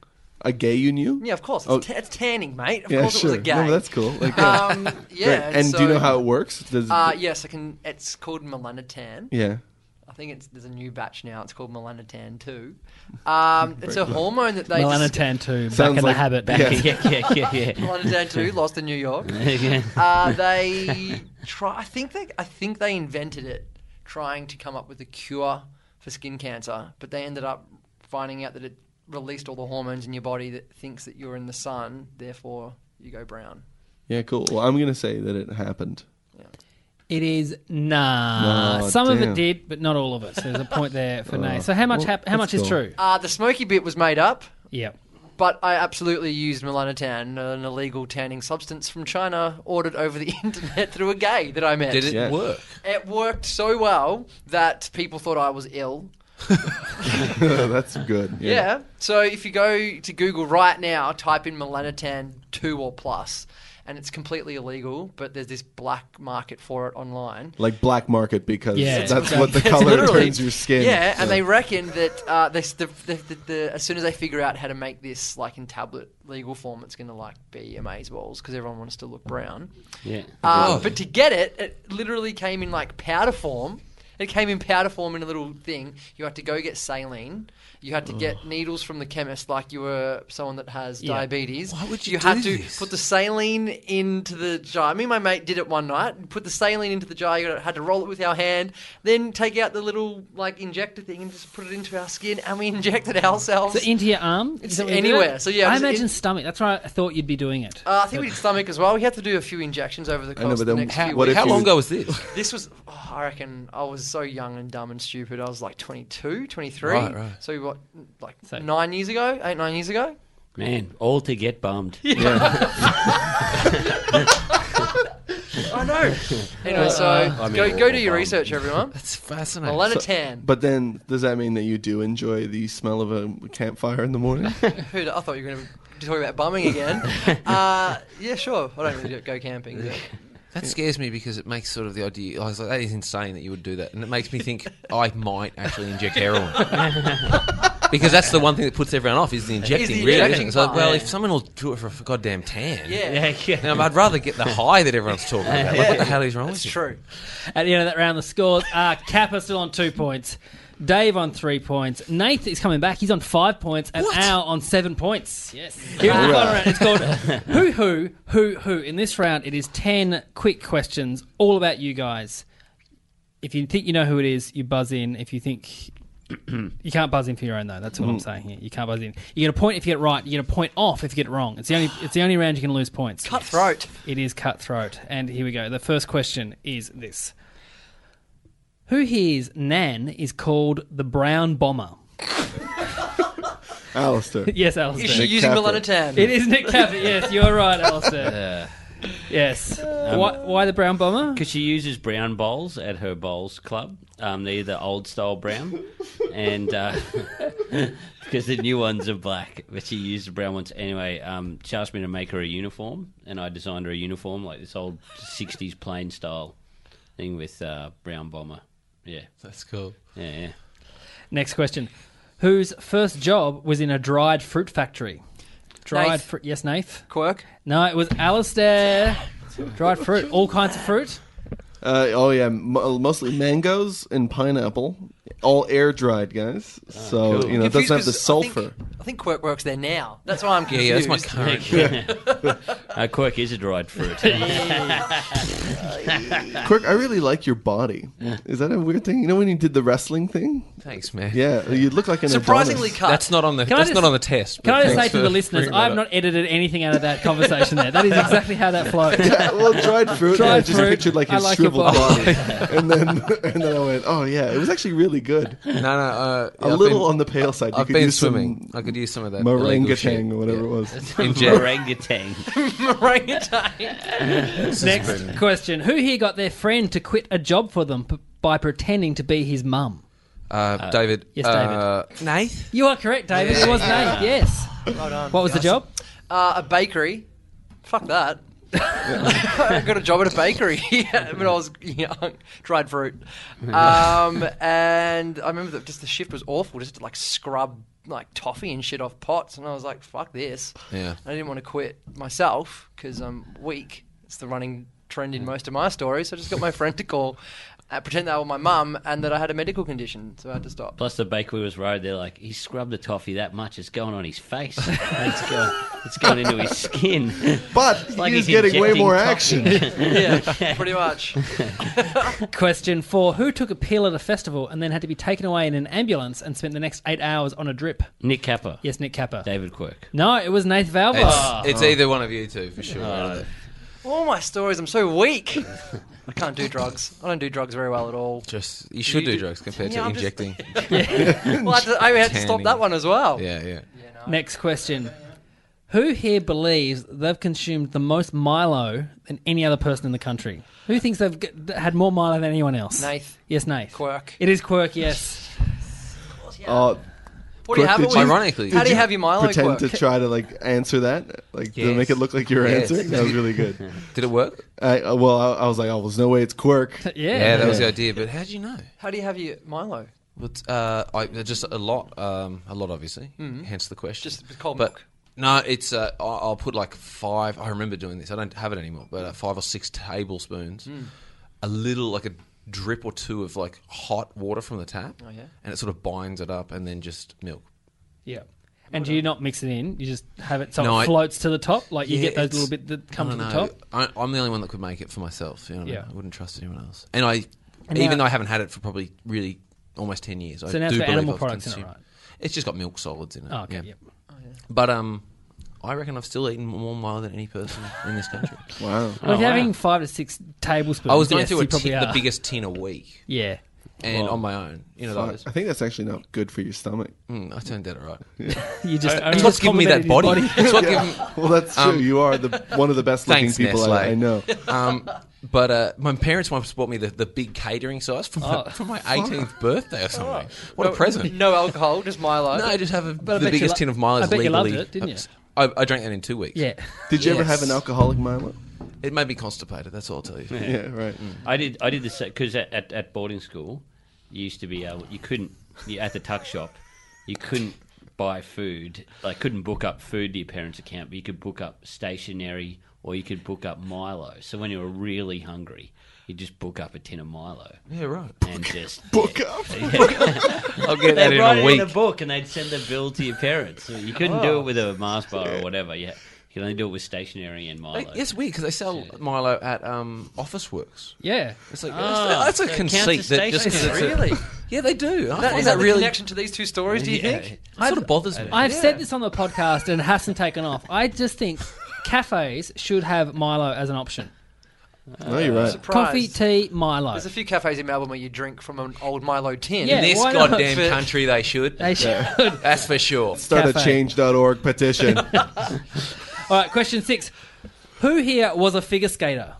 Speaker 4: A gay you knew?
Speaker 3: Yeah, of course. It's,
Speaker 4: Oh.
Speaker 3: ta- it's tanning, mate. Of
Speaker 4: yeah,
Speaker 3: course,
Speaker 4: sure.
Speaker 3: it was a gay.
Speaker 4: No, but that's cool. Like, yeah.
Speaker 3: Um.
Speaker 4: Great.
Speaker 3: Yeah.
Speaker 4: And do
Speaker 3: so-
Speaker 4: you know how it works? Does
Speaker 3: Uh, yes, I can. It's called melanotan.
Speaker 4: yeah.
Speaker 3: I think it's there's a new batch now. It's called melanotan two. Um, it's a hormone that they dis-
Speaker 2: Melanotan too. Back
Speaker 4: Sounds
Speaker 2: in
Speaker 4: like-
Speaker 2: the habit.
Speaker 4: back Yeah.
Speaker 5: yeah, yeah, yeah, yeah.
Speaker 3: melanotan two lost in New York.
Speaker 5: yeah.
Speaker 3: Uh, they try. I think they. I think they invented it, trying to come up with a cure for skin cancer. But they ended up finding out that it released all the hormones in your body that thinks that you're in the sun, therefore you go brown.
Speaker 4: Yeah, cool. Well, I'm gonna say that it happened.
Speaker 2: It is nah.
Speaker 4: No,
Speaker 2: Some of
Speaker 4: damn.
Speaker 2: it did, but not all of it. So there's a point there for nay. So how much?
Speaker 4: well,
Speaker 2: hap- how
Speaker 4: that's
Speaker 2: much is
Speaker 4: cool.
Speaker 2: true?
Speaker 3: Uh, the smoky bit was made up.
Speaker 2: Yep.
Speaker 3: But I absolutely used melanotan, an illegal tanning substance from China, ordered over the internet through a gay that I met.
Speaker 6: Did it
Speaker 4: Yeah.
Speaker 6: work?
Speaker 3: It worked so well that people thought I was ill.
Speaker 4: that's good.
Speaker 3: Yeah. So if you go to Google right now, type in melanotan 2 or plus, and it's completely illegal, but there's this black market for it online.
Speaker 4: Like black market because
Speaker 2: Yeah.
Speaker 4: that's what the
Speaker 3: It's
Speaker 4: color
Speaker 3: literally-
Speaker 4: turns your skin.
Speaker 3: Yeah, and they reckon that uh, they, s- the, the, the, the, as soon as they figure out how to make this like in tablet legal form, it's going to like be amazeballs because everyone wants to look brown.
Speaker 5: yeah.
Speaker 6: Uh,
Speaker 3: Um, but to get it, it literally came in like powder form. It came in powder form in a little thing. You had to go get saline. You had to get needles from the chemist, like you were someone that has diabetes.
Speaker 6: Why would you do
Speaker 3: had to
Speaker 6: this?
Speaker 3: put the saline into the jar. Me and my mate did it one night. Put the saline into the jar. You had to roll it with our hand. Then take out the little like injector thing and just put it into our skin, and we injected ourselves.
Speaker 2: So into your arm? Is
Speaker 3: It's
Speaker 2: that where you do
Speaker 3: anywhere.
Speaker 2: it?
Speaker 3: So, yeah, it
Speaker 2: I
Speaker 3: was
Speaker 2: imagine
Speaker 3: in-
Speaker 2: stomach. That's why I thought you'd be doing it.
Speaker 3: uh, I think we did stomach as well. We had to do a few injections over the course
Speaker 4: I know,
Speaker 3: of
Speaker 4: but
Speaker 3: the
Speaker 4: then
Speaker 3: next
Speaker 6: How,
Speaker 3: few
Speaker 4: what
Speaker 3: weeks.
Speaker 4: if
Speaker 6: how
Speaker 4: you-
Speaker 6: long ago was this?
Speaker 3: This was, oh, I reckon, I was so young and dumb and stupid. I was like 22, 23.
Speaker 6: Right, right.
Speaker 3: So what, like
Speaker 2: So-
Speaker 3: nine years ago, eight, nine years ago?
Speaker 5: Man, all to get bummed.
Speaker 3: I know. anyway, so
Speaker 4: Uh,
Speaker 3: go, go do your research, everyone.
Speaker 6: That's fascinating.
Speaker 3: Melanotan.
Speaker 4: But then, does that mean that you do enjoy the smell of a campfire in the morning?
Speaker 3: Who I thought you were going to talk about bumming again. uh, yeah, sure. I don't really do- go camping. but-
Speaker 6: That scares me because it makes sort of the idea. I was like, that is insane that you would do that, and it makes me think I might actually inject heroin. because that's the one thing that puts everyone off is the injecting.
Speaker 3: the
Speaker 6: really,
Speaker 3: injecting
Speaker 6: isn't it? It's like,
Speaker 3: part.
Speaker 6: well,
Speaker 3: Yeah.
Speaker 6: if someone will do it for a goddamn tan,
Speaker 3: Yeah,
Speaker 5: yeah, yeah.
Speaker 6: Now, I'd rather get the high that everyone's talking about. Like, what the hell is wrong
Speaker 3: that's
Speaker 6: with you?
Speaker 3: true.
Speaker 2: At the end of that round, the scores are Kappa still on two points, Dave on three points, Nate is coming back, he's on five points, and
Speaker 6: What?
Speaker 2: Al on seven points. Yes. Here's the final round. It's called Who Who Who Who. In this round, it is ten quick questions all about you guys. If you think you know who it is, you buzz in. If you think you can't buzz in for your own though, that's what I'm saying here. You can't buzz in. You get a point if you get it right. You get a point off if you get it wrong. It's the only it's the only round you can lose points.
Speaker 3: Cutthroat.
Speaker 2: It is cutthroat. And here we go. The first question is this Who here's Nan is called the Brown Bomber?
Speaker 4: Alistair.
Speaker 2: Yes, Alistair.
Speaker 3: Is she
Speaker 4: Nick
Speaker 3: using
Speaker 4: Capper.
Speaker 3: melanotan?
Speaker 2: it is Nick Caffey. Yes, you're right, Alistair. Yes.
Speaker 6: Um,
Speaker 2: why, why the Brown Bomber?
Speaker 5: Because she uses brown bowls at her bowls club. Um, they're either old style brown, and uh, because the new ones are black, but she used the brown ones anyway. Um, she asked me to make her a uniform, and I designed her a uniform like this old '60s plain style thing with uh, brown bomber. Yeah,
Speaker 6: That's cool.
Speaker 5: yeah, yeah.
Speaker 2: Next question. Whose first job was in a dried fruit factory? Dried
Speaker 3: Nath.
Speaker 2: fruit. Yes, Nath.
Speaker 3: Quirk.
Speaker 2: No, it was Alistair. Dried fruit. All kinds of fruit.
Speaker 4: Uh, oh yeah, m- mostly mangoes and pineapple, all air dried, guys. so you know, it
Speaker 3: Confused
Speaker 4: doesn't have the
Speaker 3: 'cause I think-
Speaker 4: sulfur.
Speaker 3: I think Quirk works there now. That's why I'm
Speaker 6: Yeah,
Speaker 3: confused.
Speaker 6: yeah, that's my current.
Speaker 5: Uh, quirk is a dried fruit.
Speaker 3: uh,
Speaker 4: Quirk, I really like your body. Is that a weird thing? You know when you did the wrestling thing?
Speaker 6: Thanks, man.
Speaker 4: Yeah, you look like an
Speaker 3: Surprisingly
Speaker 4: Adonis.
Speaker 3: cut.
Speaker 6: That's not on the.
Speaker 2: Can I
Speaker 6: that's
Speaker 2: just-
Speaker 6: not on the test.
Speaker 2: Can
Speaker 6: but
Speaker 2: I just say
Speaker 6: thanks
Speaker 2: to
Speaker 6: for
Speaker 2: the listeners,
Speaker 6: bringing that
Speaker 2: I've
Speaker 6: up.
Speaker 2: not edited anything out of that conversation there. That is exactly how that flowed.
Speaker 4: Yeah, well, dried fruit.
Speaker 2: Dried
Speaker 4: yeah, I just
Speaker 2: fruit.
Speaker 4: pictured like
Speaker 2: I
Speaker 4: his
Speaker 2: like your
Speaker 4: shriveled
Speaker 2: body.
Speaker 4: body, and then and then I went, oh yeah, it was actually really good.
Speaker 6: No, no. Uh,
Speaker 4: A little on the pale side. You
Speaker 6: I've
Speaker 4: could
Speaker 6: been
Speaker 4: use some
Speaker 6: swimming. I could use some of that illegal shit.
Speaker 4: Merengatang or whatever it was.
Speaker 6: Yeah. Inject.
Speaker 5: Orangutan.
Speaker 2: Next question: Who here got their friend to quit a job for them p- by pretending to be his mum?
Speaker 6: Uh, David.
Speaker 2: yes,
Speaker 6: uh, Nath.
Speaker 2: You are correct, David. It was Nate. Yes.
Speaker 3: Right on.
Speaker 2: What was the job?
Speaker 3: Uh, a bakery. Fuck that. I got a job at a bakery when I was young. Dried fruit. Um, and I remember that just the shift was awful. Just to, like scrub like toffee and shit off pots. And I was like, fuck this.
Speaker 6: Yeah.
Speaker 3: I didn't want to quit myself because I'm weak. It's the running trend in most of my stories. So I just got my friend to call. Uh, pretend they were my mum and that I had a medical condition, so I had to stop.
Speaker 5: Plus, the bakery was right. They're like, he scrubbed the toffee that much. It's going on his face. it's, going, it's going into his skin.
Speaker 4: But
Speaker 5: like
Speaker 4: he's
Speaker 5: he's
Speaker 4: getting way
Speaker 5: injecting
Speaker 4: more
Speaker 5: toxin.
Speaker 4: action.
Speaker 3: yeah, pretty much.
Speaker 2: Question four: Who took a pill at a festival and then had to be taken away in an ambulance and spent the next eight hours on a drip?
Speaker 5: Nick Capper.
Speaker 2: Yes, Nick Kappa.
Speaker 5: David Quirk.
Speaker 2: No, it was Nate Valver.
Speaker 6: It's,
Speaker 3: Ah.
Speaker 6: it's either one of you two for sure. Uh,
Speaker 3: All my stories, I'm so weak. I can't do drugs. I don't do drugs very well at all.
Speaker 6: Just you should
Speaker 3: You
Speaker 6: do
Speaker 3: do-
Speaker 6: drugs compared
Speaker 3: Yeah,
Speaker 6: to
Speaker 3: I'm just-
Speaker 6: injecting.
Speaker 3: Well, I had to, I had to stop
Speaker 6: Tanning.
Speaker 3: that one as well.
Speaker 6: yeah, yeah.
Speaker 2: Next question. Who here believes they've consumed the most Milo than any other person in the country? Who thinks they've g- had more Milo than anyone else?
Speaker 3: Nath.
Speaker 2: Yes, Nath.
Speaker 3: Quirk.
Speaker 2: It is Quirk, yes.
Speaker 4: Uh,
Speaker 3: What do you
Speaker 4: Quirk,
Speaker 3: have?
Speaker 4: did
Speaker 3: it with?
Speaker 4: you-
Speaker 6: Ironically,
Speaker 3: how do you
Speaker 4: did
Speaker 3: have your Milo
Speaker 4: pretend
Speaker 3: quirk?
Speaker 4: to try to like answer that, like to
Speaker 6: Yes.
Speaker 4: make it look like you're
Speaker 6: Yes.
Speaker 4: answering. That was really good.
Speaker 6: did it work?
Speaker 4: I, uh, well, I, I was like, oh, there's no way it's quirk.
Speaker 2: Yeah.
Speaker 6: Yeah, that was the idea. But how do you know?
Speaker 3: How do you have your Milo?
Speaker 6: But, uh, I, just a lot, um, a lot, obviously.
Speaker 2: Mm-hmm.
Speaker 6: Hence the question.
Speaker 3: Just with cold
Speaker 6: but,
Speaker 3: milk.
Speaker 6: No, it's uh, I- I'll put like five. I remember doing this. I don't have it anymore, but uh, five or six tablespoons,
Speaker 2: Mm.
Speaker 6: a little like a drip or two of like hot water from the tap,
Speaker 2: Oh,
Speaker 3: yeah.
Speaker 6: and it sort of binds it up, and then just milk.
Speaker 2: Yeah. And do you not mix it in? You just have it so
Speaker 6: No,
Speaker 2: it
Speaker 6: I-
Speaker 2: floats to the top? Like you
Speaker 6: Yeah,
Speaker 2: get those
Speaker 6: it's-
Speaker 2: little bit that come
Speaker 6: I
Speaker 2: to the
Speaker 6: don't know.
Speaker 2: top?
Speaker 6: I, I'm the only one that could make it for myself. You know what I mean?
Speaker 2: Yeah.
Speaker 6: I wouldn't trust anyone else. And I,
Speaker 2: And
Speaker 6: even
Speaker 2: now-
Speaker 6: though I haven't had it for probably really almost ten years,
Speaker 2: So now
Speaker 6: I
Speaker 2: it's
Speaker 6: do
Speaker 2: got
Speaker 6: believe
Speaker 2: animal
Speaker 6: I've
Speaker 2: products in it,
Speaker 6: consumed-
Speaker 2: right?
Speaker 6: It's just got milk solids in it.
Speaker 2: Oh, okay.
Speaker 6: yeah.
Speaker 2: Yep.
Speaker 6: But um, I reckon I've still eaten more Milo than any person in this country.
Speaker 4: Wow.
Speaker 2: Well, if you're having five to six tablespoons,
Speaker 6: I was going
Speaker 2: yes,
Speaker 6: through a
Speaker 2: you probably
Speaker 6: tin, the
Speaker 2: are.
Speaker 6: biggest tin a week,
Speaker 2: Yeah.
Speaker 6: and on my own, you know
Speaker 4: I
Speaker 6: those.
Speaker 4: I think that's actually not good for your stomach.
Speaker 6: Mm, I turned out alright.
Speaker 2: You just,
Speaker 1: I- I
Speaker 2: you
Speaker 6: It's
Speaker 1: It's
Speaker 6: what's
Speaker 2: just
Speaker 6: giving me that body.
Speaker 2: complimented his
Speaker 6: It's what giving.
Speaker 4: Well, that's true. you are the one of the best looking
Speaker 6: Thanks,
Speaker 4: people I, I
Speaker 6: Nestle.
Speaker 4: know.
Speaker 6: Um, but uh, my parents once bought me the, the big catering size for my,
Speaker 2: Oh.
Speaker 6: for my 18th birthday or something. What a present!
Speaker 3: No alcohol, just Milo.
Speaker 6: No, I just have a,
Speaker 2: I
Speaker 6: the
Speaker 2: bet you
Speaker 6: biggest
Speaker 2: lo-
Speaker 6: tin of Milo's
Speaker 2: I bet you
Speaker 6: legally.
Speaker 2: loved it, didn't you?
Speaker 6: I, I drank that in two weeks.
Speaker 2: Yeah.
Speaker 4: Did you ever
Speaker 6: Yes.
Speaker 4: have an alcoholic Milo?
Speaker 6: It made me constipated. That's all I'll tell you.
Speaker 4: Yeah, right.
Speaker 5: I did. I did this because at, at, at boarding school, you used to be able. You couldn't. You, at the tuck shop, you couldn't buy food. Like couldn't book up food to your parents' account, but you could book up stationery or you could book up Milo. So when you were really hungry, you just book up a tin of Milo
Speaker 6: Yeah, right.
Speaker 5: and just
Speaker 4: Book
Speaker 5: yeah.
Speaker 4: up.
Speaker 6: I'll get that
Speaker 5: They'd
Speaker 6: in
Speaker 5: write
Speaker 6: a
Speaker 5: it
Speaker 6: week. Oh.
Speaker 5: in a book, and they'd send the bill to your parents. So You couldn't do it with a Mars bar or whatever. Yeah, you could only do it with stationery and Milo.
Speaker 6: Like, it's weird because they sell Milo at um, Office Works.
Speaker 2: Yeah.
Speaker 6: It's like
Speaker 5: Ah,
Speaker 6: that's, that's a
Speaker 5: so it counts
Speaker 6: conceit
Speaker 5: as
Speaker 6: that just 'cause it's a-
Speaker 3: Really?
Speaker 6: yeah they do. I
Speaker 3: That,
Speaker 6: find
Speaker 3: is that
Speaker 6: really
Speaker 3: really connection to these two stories? Do you
Speaker 5: Yeah.
Speaker 3: think?
Speaker 6: sort of bothers me.
Speaker 2: I've said this on the podcast and it hasn't taken off. I just think cafes should have Milo as an option.
Speaker 4: No, you're right.
Speaker 3: Surprised.
Speaker 2: Coffee, tea, Milo.
Speaker 3: There's a few cafes in Melbourne where you drink from an old Milo tin.
Speaker 2: Yeah.
Speaker 6: in this
Speaker 2: why not?
Speaker 6: goddamn
Speaker 3: But-
Speaker 6: country they should.
Speaker 2: They should.
Speaker 6: That's for sure.
Speaker 4: Start a
Speaker 2: Cafe.
Speaker 4: change.org petition.
Speaker 2: All right, question six. Who here was a figure skater?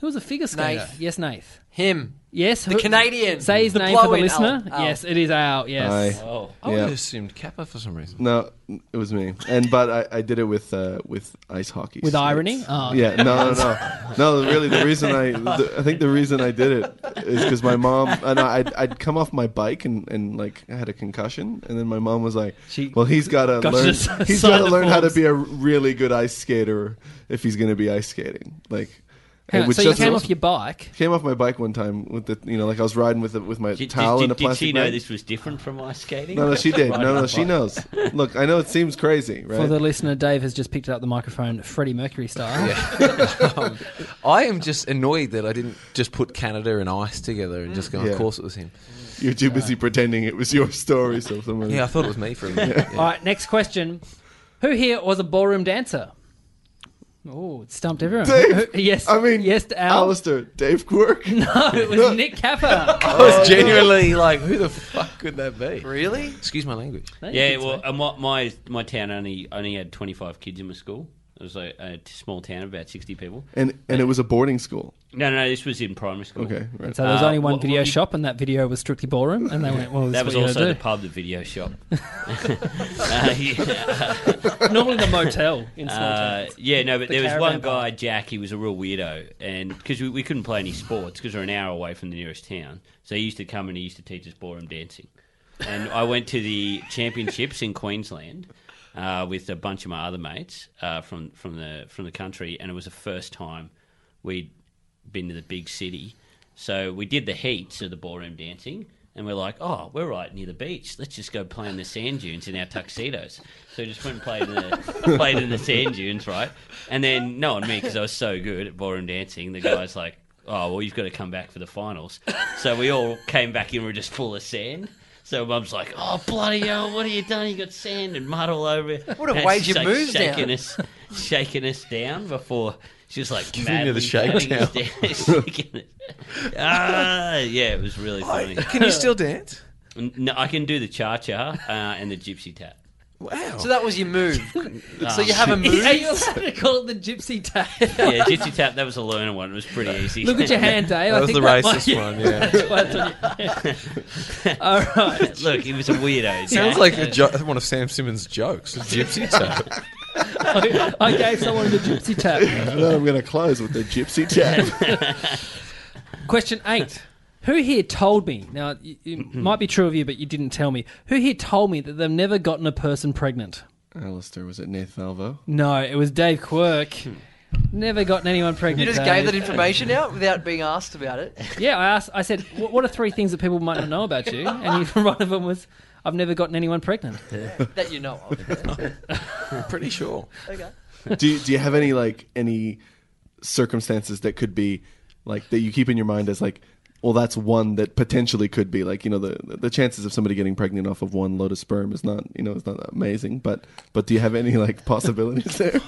Speaker 2: Who was a figure skater?
Speaker 3: Nath.
Speaker 2: Yes, Nath.
Speaker 3: Him.
Speaker 2: Yes,
Speaker 3: The Canadian.
Speaker 2: Say his
Speaker 3: The
Speaker 2: name for the
Speaker 3: blow-in
Speaker 2: listener.
Speaker 3: Al. Al.
Speaker 2: Yes, it is Al. Yes.
Speaker 4: Aye.
Speaker 5: oh,
Speaker 6: I would
Speaker 4: Yeah.
Speaker 6: have assumed Kappa for some reason.
Speaker 4: No, it was me. And but I, I did it with uh, with ice hockey.
Speaker 2: With
Speaker 4: sticks.
Speaker 2: irony? Oh, okay.
Speaker 4: Yeah, no, no, no, no. Really, the reason I, the, I think the reason I did it is because my mom and I, I'd, I'd come off my bike and, and like I had a concussion, and then my mom was like,
Speaker 2: She
Speaker 4: "Well, he's got to
Speaker 2: got you
Speaker 4: learn,
Speaker 2: to s-
Speaker 4: he's
Speaker 2: sign
Speaker 4: got to
Speaker 2: the
Speaker 4: learn how to
Speaker 2: forms.
Speaker 4: be a really good ice skater if he's going to be ice skating." Like,
Speaker 2: Hang on,
Speaker 4: was
Speaker 2: so you
Speaker 4: just-
Speaker 2: came off your bike.
Speaker 4: came off my bike one time with the you know like I was riding with a, with my
Speaker 5: Did, did-
Speaker 4: towel
Speaker 5: did-
Speaker 4: in a
Speaker 5: did
Speaker 4: plastic
Speaker 5: she know
Speaker 4: bag.
Speaker 5: this was different from ice skating?
Speaker 4: No, no, she did.
Speaker 5: Right
Speaker 4: No,
Speaker 5: on
Speaker 4: no,
Speaker 5: the
Speaker 4: she
Speaker 5: bike.
Speaker 4: knows. Look, I know it seems crazy,
Speaker 2: For
Speaker 4: right?
Speaker 2: the listener, Dave has just picked up the microphone, Freddie Mercury style.
Speaker 6: I am just annoyed that I didn't just put Canada and ice together and just go.
Speaker 4: Yeah.
Speaker 6: Of course, it was him.
Speaker 4: You're too busy pretending it was your story, so someone.
Speaker 6: Yeah, I thought it was me for a minute. Yeah.
Speaker 2: All right, next question. Who here was a ballroom dancer? Oh, it stumped everyone.
Speaker 4: Dave,
Speaker 2: Who- yes,
Speaker 4: I mean,
Speaker 2: yes, Al.
Speaker 4: Alistair, Dave Quirk.
Speaker 2: No, it was Nick Kappa.
Speaker 6: I was genuinely like, who the fuck could that be?
Speaker 3: Really?
Speaker 6: Excuse my language.
Speaker 5: Yeah, well, and what my my town only only had twenty five kids in my school, It was like a t- small town of about 60 people.
Speaker 4: And and it was a boarding school.
Speaker 5: No, no, no, this was in primary school.
Speaker 4: Okay, right.
Speaker 2: So there was
Speaker 5: Uh,
Speaker 2: only one
Speaker 5: what-
Speaker 2: video
Speaker 5: what you-
Speaker 2: shop, and that video was strictly ballroom. And they went, "Well,
Speaker 5: That
Speaker 2: this
Speaker 5: was
Speaker 2: is what
Speaker 5: also
Speaker 2: you
Speaker 5: the
Speaker 2: do."
Speaker 5: pub, the video shop. Uh, yeah,
Speaker 2: Normally the motel in small
Speaker 5: uh,
Speaker 2: towns.
Speaker 5: yeah, no, but
Speaker 2: The
Speaker 5: there was
Speaker 2: caravan
Speaker 5: one
Speaker 2: park.
Speaker 5: guy, Jack. He was a real weirdo, and because we, we couldn't play any sports because we're an hour away from the nearest town, so he used to come and he used to teach us ballroom dancing. And I went to the championships in Queensland uh, with a bunch of my other mates uh, from from the from the country, and it was the first time we'd been to the big city. So we did the heats of the ballroom dancing, and we're like, oh, we're right near the beach. Let's just go play in the sand dunes in our tuxedos. So we just went and played in the, played in the sand dunes, right? And then, no, on me, because I was so good at ballroom dancing, the guy's like, oh, well, you've got to come back for the finals. So we all came back and we were just full of sand. So mum's like, "Oh bloody hell! What have you done? You got sand and mud all over you."
Speaker 3: What have
Speaker 5: And
Speaker 3: weighed your
Speaker 5: shake-
Speaker 3: moves down?
Speaker 5: shaking us, shaking us down before she was like,
Speaker 6: Giving you the
Speaker 5: madly
Speaker 6: shakedown.
Speaker 5: patting us shaking it. Ah, yeah, it was really funny.
Speaker 6: Can you still dance?
Speaker 5: No, I can do the cha cha uh, and the gypsy tap.
Speaker 6: Wow.
Speaker 3: So that was your move. so you have a move.
Speaker 2: Are you allowed to call it the gypsy tap?
Speaker 5: Yeah, gypsy tap. That was a learner one. It was pretty easy.
Speaker 2: Look at your hand, Dave.
Speaker 6: that
Speaker 2: I
Speaker 6: was
Speaker 2: think
Speaker 6: the
Speaker 2: that
Speaker 6: racist
Speaker 2: might-
Speaker 6: one, yeah.
Speaker 2: That's why I thought you- All right.
Speaker 5: Look, he was a weirdo. Uh,
Speaker 6: Sounds
Speaker 5: Jack.
Speaker 6: like a jo- one of Sam Simmons' jokes. Gypsy tap.
Speaker 2: I, I gave someone the gypsy tap.
Speaker 4: And then I'm going to close with the gypsy tap.
Speaker 2: Question eight. Who here told me? Now, it
Speaker 3: Mm-hmm.
Speaker 2: it might be true of you, but you didn't tell me. Who here told me that they've never gotten a person pregnant?
Speaker 4: Alistair, was it Nath Valvo?
Speaker 2: No, it was Dave Quirk. Never gotten anyone
Speaker 3: Hmm. You
Speaker 2: pregnant.
Speaker 3: just
Speaker 2: Dave.
Speaker 3: gave that information out without being asked about it.
Speaker 2: Yeah, I asked. I said, "What what are three things that people might not know about you?" And he, one of them was, "I've never gotten anyone pregnant."
Speaker 3: That you know of.
Speaker 6: I'm pretty sure.
Speaker 3: Okay.
Speaker 4: do you, do you have any like any circumstances that could be like that you keep in your mind as like well that's one that potentially could be like you know the the chances of somebody getting pregnant off of one load of sperm is not you know it's not amazing but but do you have any like possibilities there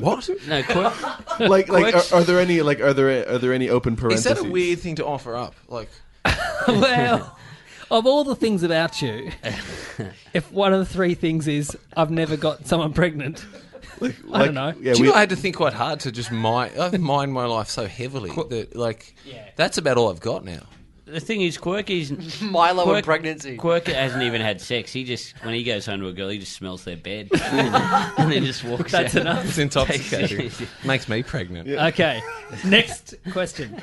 Speaker 6: What?
Speaker 5: no, Quirk,
Speaker 4: like like are, are there any like are there are there any open
Speaker 6: Is
Speaker 4: parentheses
Speaker 6: that a weird thing to offer up? Like,
Speaker 2: well, of all the things about you, if one of the three things is, "I've never got someone pregnant,"
Speaker 4: Like,
Speaker 2: I don't know.
Speaker 4: yeah
Speaker 6: do you
Speaker 4: we,
Speaker 6: know I had to think quite hard to just mind? I've mined my life so heavily that like, that's about all I've got now.
Speaker 5: the thing is, Quirk is
Speaker 3: Milo
Speaker 5: Quirk-
Speaker 3: and pregnancy.
Speaker 5: Quirk hasn't even had sex. He just when he goes home to a girl, he just smells their bed and then just walks That's out.
Speaker 6: It's intoxicating. Makes me pregnant.
Speaker 2: Okay. Next question.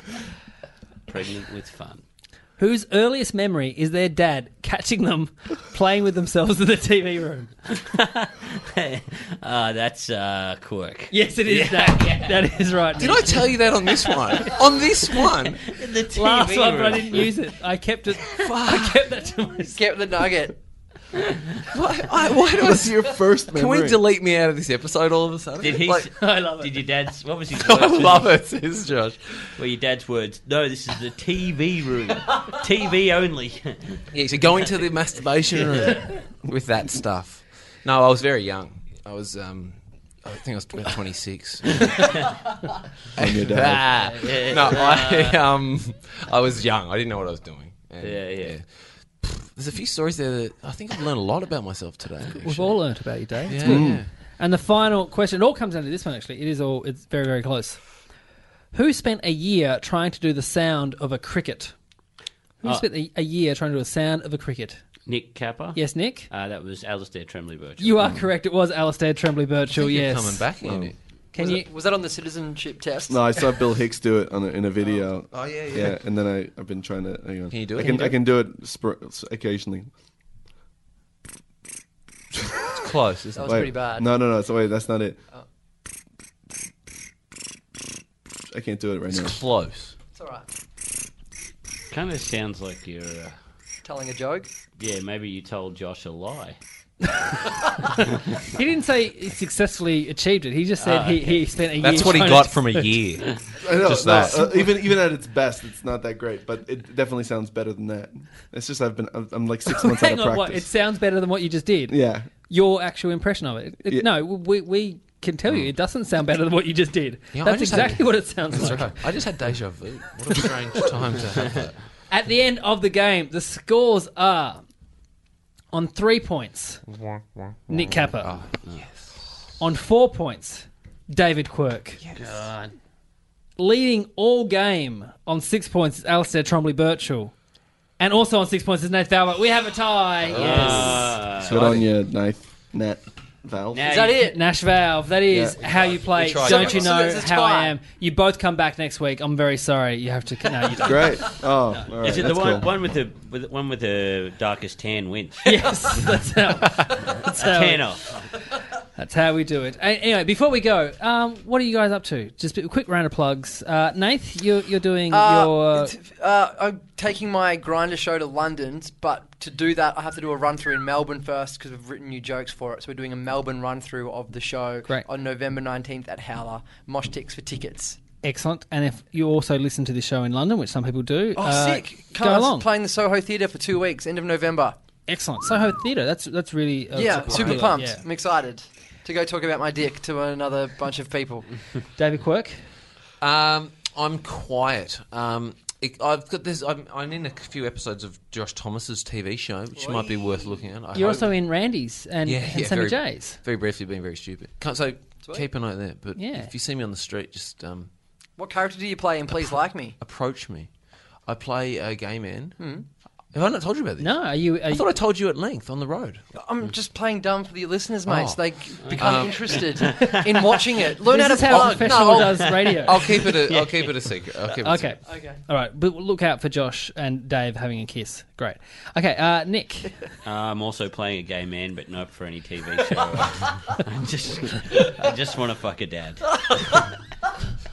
Speaker 5: Pregnant with fun.
Speaker 2: Whose earliest memory is their dad catching them playing with themselves in the TV room?
Speaker 5: uh, that's uh, Quirk.
Speaker 2: Yes, it is that. That is right.
Speaker 6: Did
Speaker 2: Nick.
Speaker 6: I tell you that on this one? on this one,
Speaker 5: The TV
Speaker 2: Last one, but I
Speaker 5: room.
Speaker 2: didn't use it. I kept it. I kept that to myself.
Speaker 3: Get the nugget.
Speaker 6: why, I, why do I?
Speaker 4: what's your first
Speaker 6: Can
Speaker 4: memory
Speaker 6: we delete me out of this episode all of a sudden?
Speaker 5: Did he?
Speaker 6: Like,
Speaker 2: I love
Speaker 5: did
Speaker 2: it.
Speaker 5: your dad's? What was his?
Speaker 6: I
Speaker 5: words?
Speaker 6: love it, says Josh.
Speaker 5: Were your dad's words? No, this is the TV room. TV only.
Speaker 6: Yeah, so going to the masturbation room with that stuff. No, I was very young. I was, um, I think I was about 26.
Speaker 4: on your dad
Speaker 6: Ah. no, I, um, I was young. I didn't know what I was doing. And,
Speaker 5: Yeah, yeah.
Speaker 6: Pff, There's a few stories there that I think I've learned a lot about myself today.
Speaker 2: We've
Speaker 6: actually.
Speaker 2: all learnt about you, Dave.
Speaker 6: Yeah, Mm. yeah.
Speaker 2: And the final question, it all comes down to this one actually. It is all it's very, very close. Who spent a year trying to do the sound of a cricket? Who
Speaker 6: Ah.
Speaker 2: spent a, a year trying to do the sound of a cricket?
Speaker 5: Nick Kappa.
Speaker 2: Yes, Nick?
Speaker 5: Uh, that was Alistair Tremblay Birch.
Speaker 2: You are correct. It was Alistair Tremblay Birchall,
Speaker 6: um, You're
Speaker 2: yes.
Speaker 6: coming back in it.
Speaker 2: Can
Speaker 3: was,
Speaker 2: you
Speaker 3: it- was that on the citizenship test?
Speaker 4: no, I saw Bill Hicks do it on a, in a video.
Speaker 6: Oh, yeah, yeah.
Speaker 4: Yeah, and then I, I've been trying to. Hang on.
Speaker 6: Can you do it?
Speaker 4: I
Speaker 6: Can
Speaker 4: can,
Speaker 6: you do
Speaker 4: I can do it spr- occasionally.
Speaker 6: It's close. Isn't
Speaker 3: That
Speaker 6: it?
Speaker 3: was
Speaker 4: Wait,
Speaker 3: pretty bad.
Speaker 4: No, no, no. So wait, that's not it. I can't do it right now.
Speaker 6: It's close.
Speaker 3: It's all right.
Speaker 5: Kind of sounds like you're. Uh,
Speaker 3: Telling a joke.
Speaker 5: yeah, maybe you told Josh a lie.
Speaker 2: He didn't say he successfully achieved it. He just said he, he spent a year
Speaker 6: Ah, That's what he
Speaker 2: trying
Speaker 6: got
Speaker 2: to-
Speaker 6: from a year.
Speaker 4: I know,
Speaker 6: Just
Speaker 4: no,
Speaker 6: that.
Speaker 4: uh, even even at its best, it's not that great, but it definitely sounds better than that. It's just I've been I'm, I'm like six months out
Speaker 2: Hang
Speaker 4: of
Speaker 2: on,
Speaker 4: practice.
Speaker 2: what? It sounds better than what you just did.
Speaker 4: yeah,
Speaker 2: Your actual impression of it. It-
Speaker 4: Yeah.
Speaker 2: No, we, we can tell you it doesn't sound better than what you just did.
Speaker 6: Hmm. Yeah, I
Speaker 2: That's
Speaker 6: just
Speaker 2: exactly
Speaker 6: had-
Speaker 2: what it sounds
Speaker 6: That's
Speaker 2: like.
Speaker 6: right. I just had deja vu. What a strange time to have that.
Speaker 2: At the end of the game, the scores
Speaker 6: Ah,
Speaker 2: are on three points. Nick Kappa. on four points, David Quirk.
Speaker 1: God.
Speaker 2: Leading all game on six points is Alistair Trombley Birchall. And also on six points is Nate Fowler. We have a tie. Yes.
Speaker 4: Good on you, knife, net, valve.
Speaker 5: Uh, Now
Speaker 3: Ah. Is that
Speaker 5: you-
Speaker 3: it?
Speaker 2: Nash Valve, that is
Speaker 4: Yeah.
Speaker 2: how you play.
Speaker 6: We tried.
Speaker 2: Don't you
Speaker 3: So
Speaker 2: know
Speaker 3: it's a
Speaker 2: how I
Speaker 3: tie.
Speaker 2: am? You both come back next week. I'm very sorry. You have to. No, you don't.
Speaker 4: Great. Oh, all right,
Speaker 5: Is it the
Speaker 4: that's
Speaker 5: one,
Speaker 4: cool.
Speaker 5: one with the with, the- one with the darkest tan wins?
Speaker 2: yes, that's how. That's how,
Speaker 5: Tan off.
Speaker 2: that's how we do it. A- Anyway, before we go, um, what are you guys up to? Just a quick round of plugs. Uh, Nath, you're, you're doing
Speaker 3: Uh,
Speaker 2: your.
Speaker 3: it's- uh, I'm taking my grinder show to London, but to do that, I have to do a run through in Melbourne first because we've written new jokes for it. So we're doing a Melbourne run through of the show
Speaker 2: Great.
Speaker 3: on November 19th at Howler. Mosh ticks for tickets.
Speaker 2: Excellent. And if you also listen to this show in London, which some people do,
Speaker 3: Oh,
Speaker 2: uh,
Speaker 3: sick!
Speaker 2: Go
Speaker 3: Cars
Speaker 2: along.
Speaker 3: playing the Soho Theatre for two weeks, end of November.
Speaker 2: Excellent. Soho Theatre. That's that's really uh,
Speaker 3: yeah,
Speaker 2: it's a
Speaker 3: super
Speaker 2: really-
Speaker 3: pumped.
Speaker 2: yeah.
Speaker 3: I'm excited to go talk about my dick to another bunch of people.
Speaker 2: David Quirk.
Speaker 6: Um, I'm quiet. Um, it, I've got this. I'm, I'm in a few episodes of Josh Thomas's TV show, which might be worth looking at. I
Speaker 2: You're
Speaker 6: hope.
Speaker 2: also in Randy's and,
Speaker 6: yeah,
Speaker 2: and
Speaker 6: yeah,
Speaker 2: Sammy
Speaker 6: very,
Speaker 2: J's.
Speaker 6: Very briefly, being very stupid. Can't, so keep an eye out there. But
Speaker 2: Yeah.
Speaker 6: if you see me on the street, just um,
Speaker 3: What character do you play? And please like me.
Speaker 6: approach me. I play a gay man. Have I not told you about this?
Speaker 2: No, are you? Are
Speaker 6: I
Speaker 2: you
Speaker 6: thought I told you at length on the road.
Speaker 2: Mm.
Speaker 3: I'm just playing dumb for the listeners, mate. So
Speaker 6: Oh.
Speaker 3: they become interested in watching it. Learn
Speaker 2: Um, this
Speaker 3: how
Speaker 2: is
Speaker 3: to
Speaker 2: how
Speaker 3: plug.
Speaker 2: professional
Speaker 3: No,
Speaker 2: does radio.
Speaker 6: I'll keep it. A, I'll keep it a secret. I'll keep it a
Speaker 2: Okay.
Speaker 6: secret.
Speaker 2: Okay. All right. But look out for Josh and Dave having a kiss. Great. Okay. Uh, Nick.
Speaker 5: Uh, I'm also playing a gay man, but not for any TV show. I just, I just want to fuck a dad.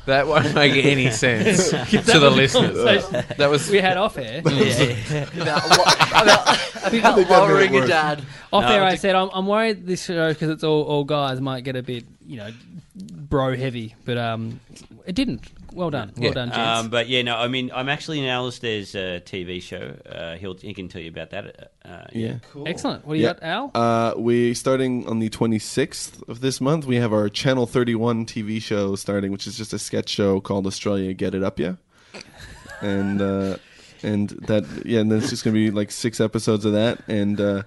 Speaker 6: That won't make any sense to the listeners. That was
Speaker 2: We had off air.
Speaker 3: about, lo- about, about lowering a dad.
Speaker 2: Off
Speaker 5: No,
Speaker 2: air, I
Speaker 5: it's-
Speaker 2: said I'm, I'm worried this show because it's all, all guys might get a bit you know bro heavy, but um it didn't. Well done. Well
Speaker 6: Yeah.
Speaker 2: done, gents.
Speaker 5: Um, but yeah, no, I mean, I'm actually in Alistair's uh, TV show. Uh, he'll he can tell you about that. Uh, Uh,
Speaker 4: Yeah.
Speaker 2: Excellent. What do you
Speaker 4: Yeah.
Speaker 2: got, Al?
Speaker 4: Uh, we starting on the 26th of this month. We have our Channel 31 TV show starting, which is just a sketch show called Australia Get It Up Yeah, and uh, and that yeah, and there's just gonna be like six episodes of that, and uh,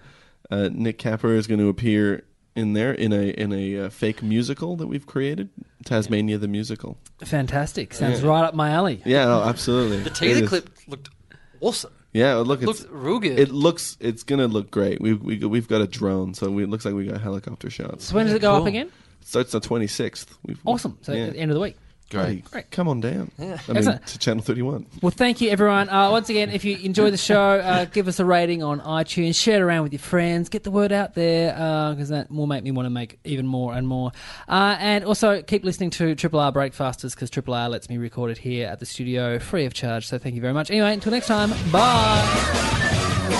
Speaker 4: uh, Nick Capper is going to appear in there in a in a uh, fake musical that we've created, Tasmania the musical.
Speaker 2: Fantastic. Sounds right up my alley.
Speaker 4: Yeah, oh, absolutely.
Speaker 3: The
Speaker 4: It
Speaker 3: teaser
Speaker 4: is.
Speaker 3: clip looked awesome.
Speaker 4: Yeah, look,
Speaker 3: It
Speaker 4: it's,
Speaker 3: looked real good.
Speaker 4: it looks it's gonna look great. We we we've got a drone, so we, it looks like we got helicopter shots.
Speaker 2: So when does it go up
Speaker 6: Cool.
Speaker 2: again?
Speaker 4: starts on twenty sixth.
Speaker 2: Awesome. So
Speaker 4: yeah.
Speaker 2: at the end of the week.
Speaker 4: Hey,
Speaker 2: Great.
Speaker 4: Come on down. I mean,
Speaker 2: Excellent.
Speaker 4: to Channel Thirty One.
Speaker 2: Well, thank you, everyone. Uh, once again, if you enjoy the show, uh, give us a rating on iTunes, share it around with your friends, get the word out there, because that will make me want to make even more and more. Uh, and also, keep listening to Triple R Breakfasters, because Triple R lets me record it here at the studio free of charge. So thank you very much. Anyway, until next time, bye.